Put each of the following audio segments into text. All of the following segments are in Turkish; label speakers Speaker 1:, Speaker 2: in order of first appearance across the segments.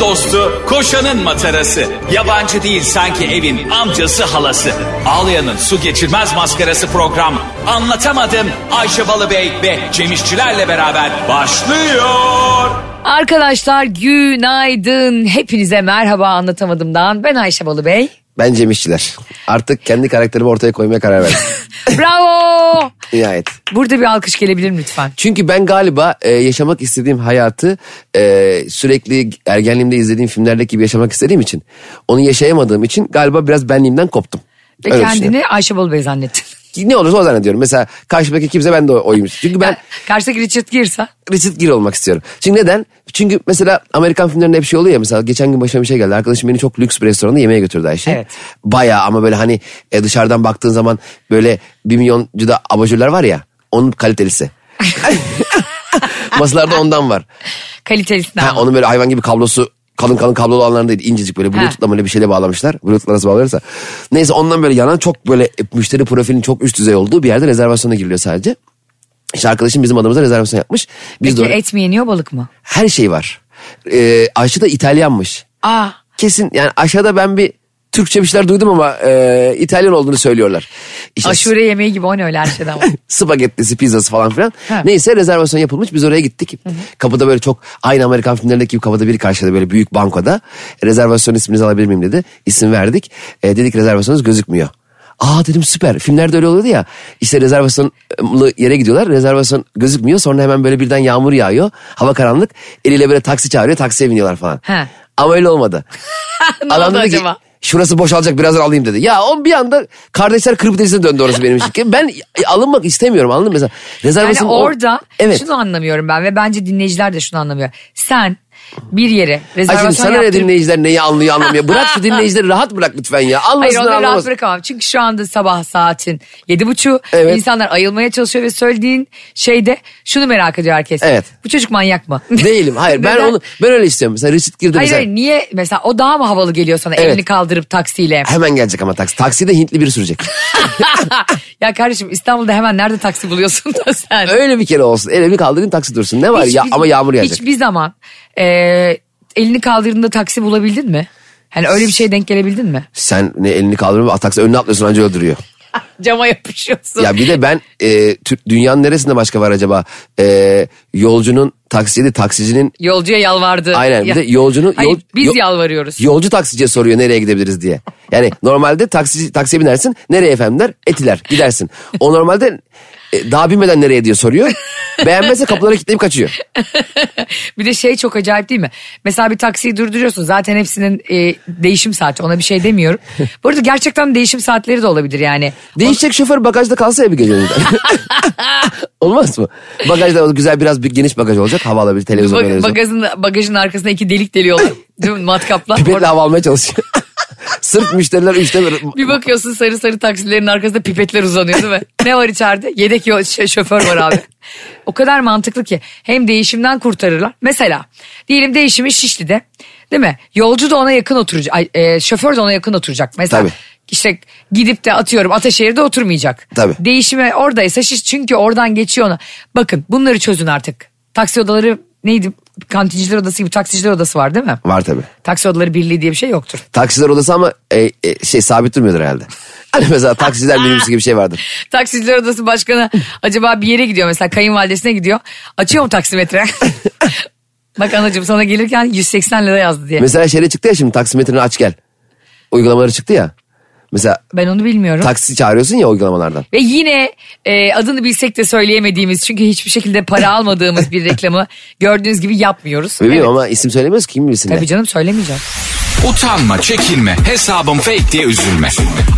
Speaker 1: dostu, koşanın matarası. Yabancı değil sanki evin amcası halası. Ağlayanın su geçirmez maskarası program. Anlatamadım Ayşe Balıbey ve Cemişçilerle beraber başlıyor.
Speaker 2: Arkadaşlar günaydın. Hepinize merhaba anlatamadımdan. Ben Ayşe Balıbey.
Speaker 3: Ben Cem İşçiler. Artık kendi karakterimi ortaya koymaya karar verdim.
Speaker 2: Bravo.
Speaker 3: Nihayet.
Speaker 2: Burada bir alkış gelebilir mi lütfen?
Speaker 3: Çünkü ben galiba e, yaşamak istediğim hayatı e, sürekli ergenliğimde izlediğim filmlerdeki gibi yaşamak istediğim için onu yaşayamadığım için galiba biraz benliğimden koptum.
Speaker 2: Ve
Speaker 3: Öyle şey düşünüyorum.
Speaker 2: kendini Ayşe Balıbey zannettin.
Speaker 3: ne olursa o zannediyorum. Mesela karşımdaki kimse ben de o- oyum. Çünkü ben
Speaker 2: Karşıdaki Richard Girsa.
Speaker 3: Richard Gere olmak istiyorum. Çünkü neden? Çünkü mesela Amerikan filmlerinde hep şey oluyor ya mesela geçen gün başıma bir şey geldi. Arkadaşım beni çok lüks bir restoranda yemeğe götürdü Ayşe.
Speaker 2: Evet.
Speaker 3: Baya ama böyle hani e, dışarıdan baktığın zaman böyle bir milyoncu da abajurlar var ya onun kalitelisi. Masalarda ondan var.
Speaker 2: Kalitelisinden.
Speaker 3: Ha, onun böyle hayvan gibi kablosu kalın kalın kablolu olanları değil incecik böyle bluetooth'la böyle bir şeyle bağlamışlar. Bluetooth'la nasıl bağlarsa. Neyse ondan böyle yanan çok böyle müşteri profilinin çok üst düzey olduğu bir yerde rezervasyona giriliyor sadece. İşte arkadaşım bizim adımıza rezervasyon yapmış. Biz de
Speaker 2: Peki
Speaker 3: oraya-
Speaker 2: et mi yeniyor balık mı?
Speaker 3: her şey var. Ee, Ayşe de İtalyanmış.
Speaker 2: Aa.
Speaker 3: Kesin yani aşağıda ben bir Türkçe bir şeyler duydum ama e, İtalyan olduğunu söylüyorlar. İşte
Speaker 2: Aşure yemeği gibi o ne öyle her şeyden var.
Speaker 3: spagettisi, pizzası falan filan.
Speaker 2: Ha.
Speaker 3: Neyse rezervasyon yapılmış biz oraya gittik. Kapıda böyle çok aynı Amerikan filmlerindeki gibi kapıda biri karşıladı böyle büyük bankoda. E, Rezervasyon isminizi alabilir miyim dedi. İsim verdik. E, dedik rezervasyonunuz gözükmüyor. Aa dedim süper. Filmlerde öyle oluyordu ya. İşte rezervasyonlu yere gidiyorlar. Rezervasyon gözükmüyor. Sonra hemen böyle birden yağmur yağıyor. Hava karanlık. Eliyle böyle taksi çağırıyor. Taksiye biniyorlar falan.
Speaker 2: Ha.
Speaker 3: Ama öyle olmadı.
Speaker 2: ne
Speaker 3: Adam
Speaker 2: oldu
Speaker 3: dedi ki,
Speaker 2: acaba?
Speaker 3: Şurası boşalacak birazdan alayım dedi. Ya o bir anda kardeşler kırıp denizine döndü orası benim için. Ben alınmak istemiyorum anladın mı? Mesela
Speaker 2: Yani
Speaker 3: rezervasyon or-
Speaker 2: orada
Speaker 3: Evet.
Speaker 2: şunu anlamıyorum ben ve bence dinleyiciler de şunu anlamıyor. Sen bir yere
Speaker 3: Ay şimdi
Speaker 2: rezervasyon
Speaker 3: sana ne
Speaker 2: yaptırıp
Speaker 3: dinleyiciler neyi anlıyor anlamıyor. Bırak şu dinleyicileri rahat bırak lütfen ya.
Speaker 2: Hayır
Speaker 3: Anlasınlar
Speaker 2: onları rahat
Speaker 3: anlamasın.
Speaker 2: bırakamam. Çünkü şu anda sabah saatin yedi buçu.
Speaker 3: Evet.
Speaker 2: İnsanlar ayılmaya çalışıyor ve söylediğin şeyde şunu merak ediyor herkes.
Speaker 3: Evet.
Speaker 2: Bu çocuk manyak mı?
Speaker 3: Değilim hayır ben
Speaker 2: Neden?
Speaker 3: onu ben öyle istiyorum. Mesela Richard girdi
Speaker 2: Hayır
Speaker 3: mesela.
Speaker 2: hayır niye mesela o daha mı havalı geliyor sana
Speaker 3: Evet.
Speaker 2: elini kaldırıp taksiyle?
Speaker 3: Hemen gelecek ama taksi. Takside Hintli biri sürecek.
Speaker 2: ya kardeşim İstanbul'da hemen nerede taksi buluyorsun da sen?
Speaker 3: öyle bir kere olsun. Elimi kaldırın taksi dursun. Ne var ya
Speaker 2: Hiçbir-
Speaker 3: ama yağmur yağacak.
Speaker 2: Hiçbir zaman e, elini kaldırdığında taksi bulabildin mi? Hani öyle bir şeye denk gelebildin mi?
Speaker 3: Sen ne elini kaldırın taksi önüne atlıyorsun anca öldürüyor.
Speaker 2: Cama yapışıyorsun.
Speaker 3: Ya bir de ben e, Türk- dünyanın neresinde başka var acaba? E, yolcunun taksiydi, taksicinin
Speaker 2: Yolcuya yalvardı.
Speaker 3: Aynen, bir
Speaker 2: Ya-
Speaker 3: de yolcunun-
Speaker 2: Hayır,
Speaker 3: yol-
Speaker 2: biz
Speaker 3: yol-
Speaker 2: yalvarıyoruz.
Speaker 3: yolcu taksiciye soruyor nereye gidebiliriz diye. Yani normalde taksi taksiye binersin. Nereye efendim der? Etiler gidersin. O normalde e, daha binmeden nereye diye soruyor. Beğenmezse kapılara kilitleyip kaçıyor.
Speaker 2: Bir de şey çok acayip değil mi? Mesela bir taksiyi durduruyorsun. Zaten hepsinin e, değişim saati. Ona bir şey demiyorum. Bu arada gerçekten değişim saatleri de olabilir yani.
Speaker 3: Değişecek şoför bagajda kalsa ya bir gece önceden. Olmaz mı? Bagajda o güzel biraz bir geniş bagaj olacak. Hava alabilir televizyon.
Speaker 2: Bag-
Speaker 3: televizyon.
Speaker 2: bagajın, bagajın arkasına iki delik deliyorlar. Değil mi? Matkapla.
Speaker 3: Pipetle hava almaya çalışıyor. Sırf müşteriler üçte bir...
Speaker 2: Bir bakıyorsun sarı sarı taksilerin arkasında pipetler uzanıyor değil mi? ne var içeride? Yedek yo- şö- şoför var abi. o kadar mantıklı ki hem değişimden kurtarırlar. Mesela diyelim değişimi Şişli'de değil mi? Yolcu da ona yakın oturacak. Ay, e, şoför de ona yakın oturacak. Mesela
Speaker 3: Tabii.
Speaker 2: işte gidip de atıyorum Ataşehir'de oturmayacak.
Speaker 3: Tabii.
Speaker 2: Değişime oradaysa Şiş çünkü oradan geçiyor ona. Bakın bunları çözün artık. Taksi odaları neydi? Kantinciler odası gibi taksiciler odası var değil mi?
Speaker 3: Var tabii.
Speaker 2: Taksi odaları birliği diye bir şey yoktur.
Speaker 3: Taksiciler odası ama e, e, şey sabit durmuyordur herhalde. Hani mesela taksiciler minibüsü gibi bir şey vardır.
Speaker 2: Taksiciler Odası Başkanı acaba bir yere gidiyor mesela kayınvalidesine gidiyor. Açıyor mu taksimetre? Bak anacığım sana gelirken 180 lira yazdı diye.
Speaker 3: Mesela şeyle çıktı ya şimdi taksimetreni aç gel. Uygulamaları çıktı ya. Mesela
Speaker 2: Ben onu bilmiyorum.
Speaker 3: taksi çağırıyorsun ya uygulamalardan.
Speaker 2: Ve yine e, adını bilsek de söyleyemediğimiz çünkü hiçbir şekilde para almadığımız bir reklamı gördüğünüz gibi yapmıyoruz.
Speaker 3: Bilmiyorum
Speaker 2: Evet.
Speaker 3: ama isim söylemiyoruz ki kim bilsin ne.
Speaker 2: Tabii canım söylemeyeceğim.
Speaker 1: Utanma, çekinme, hesabım fake diye üzülme.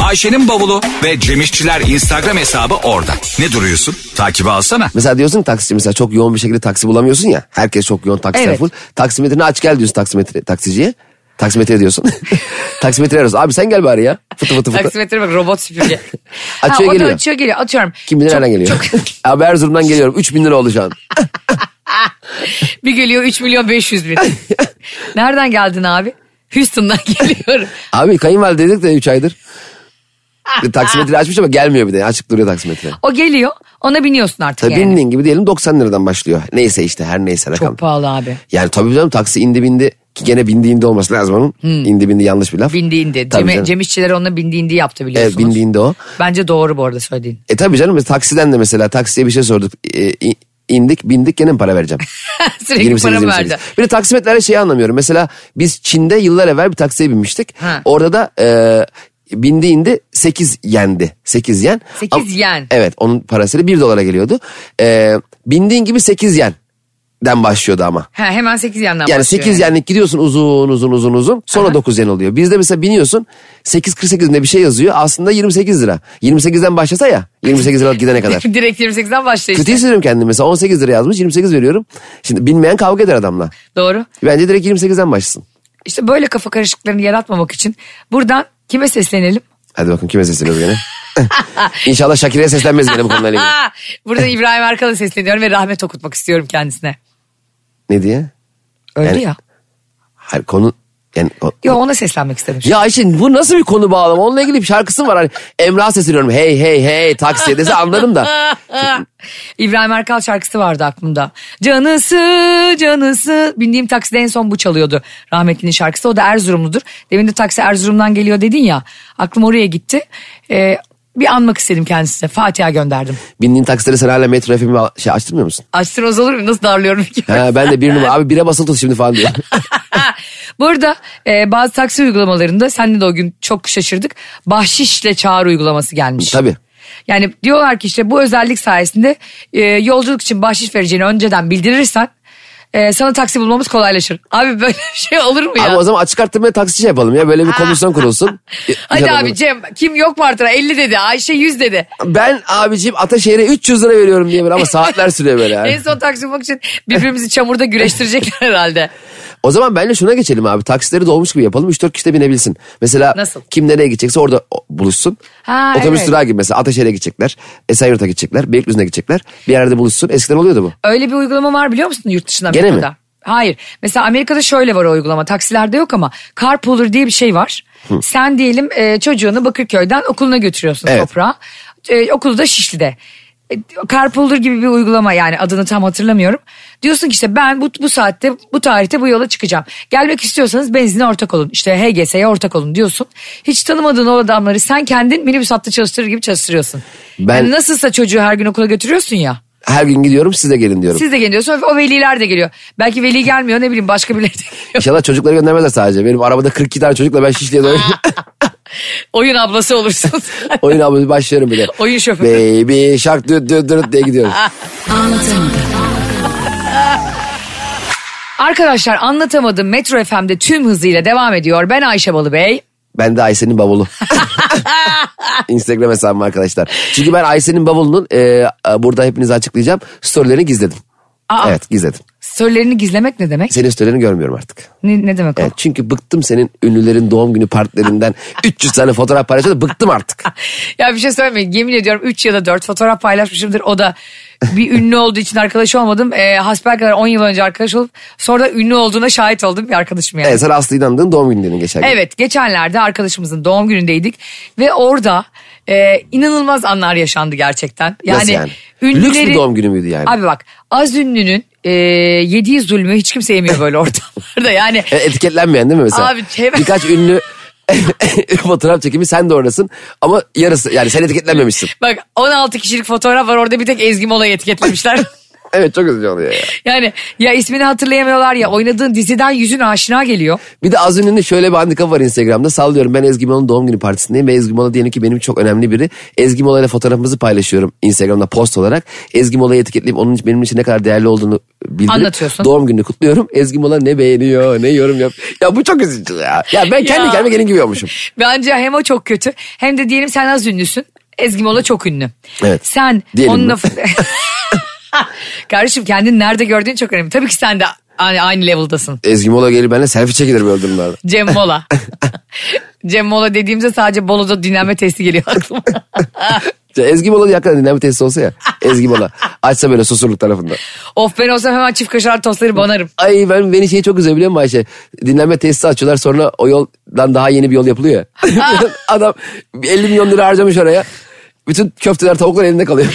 Speaker 1: Ayşe'nin bavulu ve Cemişçiler Instagram hesabı orada. Ne duruyorsun? Takibi alsana.
Speaker 3: Mesela diyorsun ki taksici mesela çok yoğun bir şekilde taksi bulamıyorsun ya. Herkes çok yoğun taksiler
Speaker 2: Evet.
Speaker 3: full. Taksimetreni aç gel diyorsun taksimetre, taksiciye. Taksimetre diyorsun. taksimetre arıyorsun. Abi sen gel bari ya. Fıtı fıtı fıtı.
Speaker 2: Taksimetre bak robot süpürge.
Speaker 3: Açıyor,
Speaker 2: o da
Speaker 3: geliyor.
Speaker 2: açıyor geliyor. Atıyorum.
Speaker 3: Kim bilir
Speaker 2: Çok-
Speaker 3: nereden geliyor. Abi Erzurum'dan geliyorum. 3000 lira olacağım.
Speaker 2: Bir geliyor 3 milyon 500 bin. Nereden geldin abi? Houston'dan geliyorum.
Speaker 3: Abi kayınvalide dedik de 3 aydır.
Speaker 2: Ah,
Speaker 3: taksimetre açmış ama gelmiyor bir de. Açık duruyor taksimetre.
Speaker 2: O geliyor ona biniyorsun artık
Speaker 3: Tabii
Speaker 2: yani.
Speaker 3: bindiğin gibi diyelim 90 liradan başlıyor. Neyse işte her neyse rakam.
Speaker 2: Çok pahalı abi.
Speaker 3: Yani tabii canım taksi indi bindi Ki gene bindiğinde olması lazım onun. İndi bindi yanlış bir laf.
Speaker 2: Hmm. Bindiğinde.
Speaker 3: Tabii
Speaker 2: Cem,
Speaker 3: canım.
Speaker 2: Cem İşçileri onunla bindiğinde yaptı biliyorsunuz.
Speaker 3: Evet, bindiğinde o.
Speaker 2: Bence doğru bu arada söylediğin.
Speaker 3: E tabii canım biz taksiden de mesela taksiye bir şey sorduk. E, i- indik bindik gene mi para vereceğim?
Speaker 2: Sürekli para mı
Speaker 3: 28,
Speaker 2: verdi?
Speaker 3: 28. Bir de taksimetrelerde şeyi anlamıyorum. Mesela biz Çin'de yıllar evvel bir taksiye binmiştik.
Speaker 2: Ha.
Speaker 3: Orada da e, bindiğinde 8 yendi. 8 yen.
Speaker 2: Sekiz
Speaker 3: Ama-
Speaker 2: yen.
Speaker 3: Evet onun parasıyla 1 dolara geliyordu. E, bindiğin gibi 8 yen den başlıyordu ama.
Speaker 2: Ha, hemen 8 yandan
Speaker 3: Yani
Speaker 2: başlıyor
Speaker 3: 8
Speaker 2: yani.
Speaker 3: yenlik gidiyorsun uzun uzun uzun uzun sonra 9 yen oluyor. Bizde mesela biniyorsun 8.48 ne bir şey yazıyor aslında 28 lira. 28'den başlasa ya 28 liralık gidene kadar.
Speaker 2: Direkt 28'den başlıyor işte.
Speaker 3: Kötü hissediyorum kendimi mesela 18 lira yazmış 28 veriyorum. Şimdi bilmeyen kavga eder adamla.
Speaker 2: Doğru.
Speaker 3: Bence direkt 28'den başlasın.
Speaker 2: İşte böyle kafa karışıklarını yaratmamak için buradan kime seslenelim?
Speaker 3: Hadi bakın kime sesleniyoruz gene. İnşallah Şakir'e seslenmez gene bu konuyla ilgili.
Speaker 2: Ha, buradan İbrahim Erkal'a sesleniyorum ve rahmet okutmak istiyorum kendisine.
Speaker 3: Ne diye?
Speaker 2: Öldü
Speaker 3: Yani-
Speaker 2: ya.
Speaker 3: Hayır konu... Yani, o-
Speaker 2: Yo ona seslenmek istedim.
Speaker 3: Ya Ayşe bu nasıl bir konu bağlama? Onunla ilgili bir şarkısı var. Hani Emrah sesleniyorum. Hey hey hey taksiye dese anlarım da.
Speaker 2: İbrahim Erkal şarkısı vardı aklımda. Canısı canısı. Bindiğim takside en son bu çalıyordu. Rahmetlinin şarkısı. O da Erzurumludur. Demin de taksi Erzurum'dan geliyor dedin ya. Aklım oraya gitti. Ee, bir anmak istedim kendisine. Fatiha gönderdim.
Speaker 3: Bindiğin taksilere sen hala metro FM'i şey açtırmıyor musun?
Speaker 2: Açtırmaz olur mu? Nasıl darlıyorum ki?
Speaker 3: Ha, ben de bir numara. Abi bire basılı tut şimdi falan diyor.
Speaker 2: Burada e, bazı taksi uygulamalarında senle de o gün çok şaşırdık. Bahşişle çağrı uygulaması gelmiş.
Speaker 3: Tabii.
Speaker 2: Yani diyorlar ki işte bu özellik sayesinde e, yolculuk için bahşiş vereceğini önceden bildirirsen e, sana taksi bulmamız kolaylaşır. Abi böyle bir şey olur mu ya?
Speaker 3: Abi o zaman açık arttırmaya taksici şey yapalım ya. Böyle bir komisyon kurulsun. Şey
Speaker 2: Hadi
Speaker 3: İnşallah
Speaker 2: abi
Speaker 3: olur.
Speaker 2: Cem kim yok mu artıra 50 dedi Ayşe 100 dedi.
Speaker 3: Ben abicim Ataşehir'e 300 lira veriyorum diye böyle ama saatler sürüyor böyle. yani.
Speaker 2: En son taksi bulmak için birbirimizi çamurda güreştirecekler herhalde.
Speaker 3: O zaman benle şuna geçelim abi. Taksileri dolmuş gibi yapalım. 3-4 kişi de binebilsin. Mesela
Speaker 2: Nasıl?
Speaker 3: kim nereye gidecekse orada o- buluşsun.
Speaker 2: Ha,
Speaker 3: Otobüs
Speaker 2: evet.
Speaker 3: durağı gibi mesela Ataşehir'e gidecekler. Esenyurt'a gidecekler. Beylikdüzü'ne gidecekler. Bir yerde buluşsun. Eskiden oluyordu bu.
Speaker 2: Öyle bir uygulama var biliyor musun yurt dışında
Speaker 3: Gene mi?
Speaker 2: Amerika'da? Hayır. Mesela Amerika'da şöyle var o uygulama. Taksilerde yok ama carpooler diye bir şey var. Sen diyelim e, çocuğunu Bakırköy'den okuluna götürüyorsun
Speaker 3: Evet.
Speaker 2: toprağa. E, okulu da Şişli'de. E, Carpooler gibi bir uygulama yani adını tam hatırlamıyorum. Diyorsun ki işte ben bu, bu saatte bu tarihte bu yola çıkacağım. Gelmek istiyorsanız benzine ortak olun. İşte HGS'ye ortak olun diyorsun. Hiç tanımadığın o adamları sen kendin minibüs hattı çalıştırır gibi çalıştırıyorsun.
Speaker 3: Ben-
Speaker 2: Yani nasılsa çocuğu her gün okula götürüyorsun ya.
Speaker 3: Her gün gidiyorum siz de gelin diyorum.
Speaker 2: Siz de geliyorsunuz. O veliler de geliyor. Belki veli gelmiyor ne bileyim başka birileri de geliyor.
Speaker 3: İnşallah çocukları göndermezler sadece. Benim arabada 42 tane çocukla ben Şişli'ye doğru
Speaker 2: Oyun ablası olursunuz.
Speaker 3: oyun ablası başlıyorum bir de.
Speaker 2: Oyun şoförü.
Speaker 3: Baby şark düt düt düt diye gidiyoruz.
Speaker 2: Arkadaşlar anlatamadım Metro FM'de tüm hızıyla devam ediyor. Ben Ayşe Balıbey.
Speaker 3: Ben de Ayşe'nin bavulu. Instagram hesabım arkadaşlar. Çünkü ben Ayşe'nin bavulunun e, e, burada hepinize açıklayacağım. Storylerini gizledim.
Speaker 2: Aa.
Speaker 3: Evet gizledim.
Speaker 2: Sorularını gizlemek ne demek?
Speaker 3: Senin storylerini görmüyorum artık.
Speaker 2: Ne, ne demek o?
Speaker 3: Evet, çünkü bıktım senin ünlülerin doğum günü partilerinden 300 tane fotoğraf paylaşıyor da bıktım artık.
Speaker 2: Ya bir şey söylemeyin. Yemin ediyorum 3 ya da 4 fotoğraf paylaşmışımdır. O da bir ünlü olduğu için arkadaş olmadım. E, hasbelkader 10 yıl önce arkadaş olup sonra da ünlü olduğuna şahit oldum bir arkadaşım yani.
Speaker 3: Evet E, sen Aslı İnandığın doğum günlerini geçen gün.
Speaker 2: Evet geçenlerde arkadaşımızın doğum günündeydik ve orada e, inanılmaz anlar yaşandı gerçekten. Yani,
Speaker 3: Nasıl yani? Lüks bir doğum günü müydü yani?
Speaker 2: Abi bak az ünlünün e, yediği zulmü hiç kimse yemiyor böyle ortamlarda yani.
Speaker 3: E, Etiketlenmeyen değil mi mesela?
Speaker 2: Abi, şey-
Speaker 3: Birkaç ünlü fotoğraf çekimi sen de oradasın ama yarısı yani sen etiketlenmemişsin.
Speaker 2: Bak 16 kişilik fotoğraf var orada bir tek Ezgi Mola'yı etiketlemişler.
Speaker 3: Evet çok üzücü oluyor ya.
Speaker 2: yani ya ismini hatırlayamıyorlar ya oynadığın diziden yüzün aşina geliyor.
Speaker 3: Bir de az ünlünün şöyle bir handikapı var Instagram'da. Sallıyorum ben Ezgi Mola'nın doğum günü partisindeyim ve Ezgi Mola diyelim ki benim çok önemli biri. Ezgi Mola ile fotoğrafımızı paylaşıyorum Instagram'da post olarak. Ezgi Mola'yı etiketleyip onun için- benim için ne kadar değerli olduğunu bildirip
Speaker 2: Anlatıyorsun.
Speaker 3: doğum gününü kutluyorum. Ezgi Mola ne beğeniyor ne yorum yap. Ya bu çok üzücü ya. Ya ben kendi
Speaker 2: Ya.
Speaker 3: kendime gelin gibi olmuşum.
Speaker 2: Bence hem o çok kötü hem de diyelim sen az ünlüsün. Ezgi Mola çok ünlü.
Speaker 3: Evet.
Speaker 2: Sen
Speaker 3: Diyelim
Speaker 2: onun
Speaker 3: mi?
Speaker 2: lafı... Kardeşim kendini nerede gördüğün çok önemli. Tabii ki sen de aynı, aynı level'dasın.
Speaker 3: Ezgi Mola gelip benimle selfie çekilir böyle durumlarda.
Speaker 2: Cem Mola. Cem Mola dediğimizde sadece Bolu'da dinlenme testi geliyor aklıma.
Speaker 3: Ya Ezgi Mola'nın yakında dinlenme tesisi olsa ya. Ezgi Mola. Açsa böyle susurluk tarafında.
Speaker 2: of ben olsam hemen çift kaşar tostları banarım.
Speaker 3: Ay ben beni şey çok üzüyor biliyor musun Ayşe? Dinlenme tesisi açıyorlar sonra o yoldan daha yeni bir yol yapılıyor ya. Adam 50 milyon lira harcamış oraya. bütün köfteler tavuklar elinde kalıyor.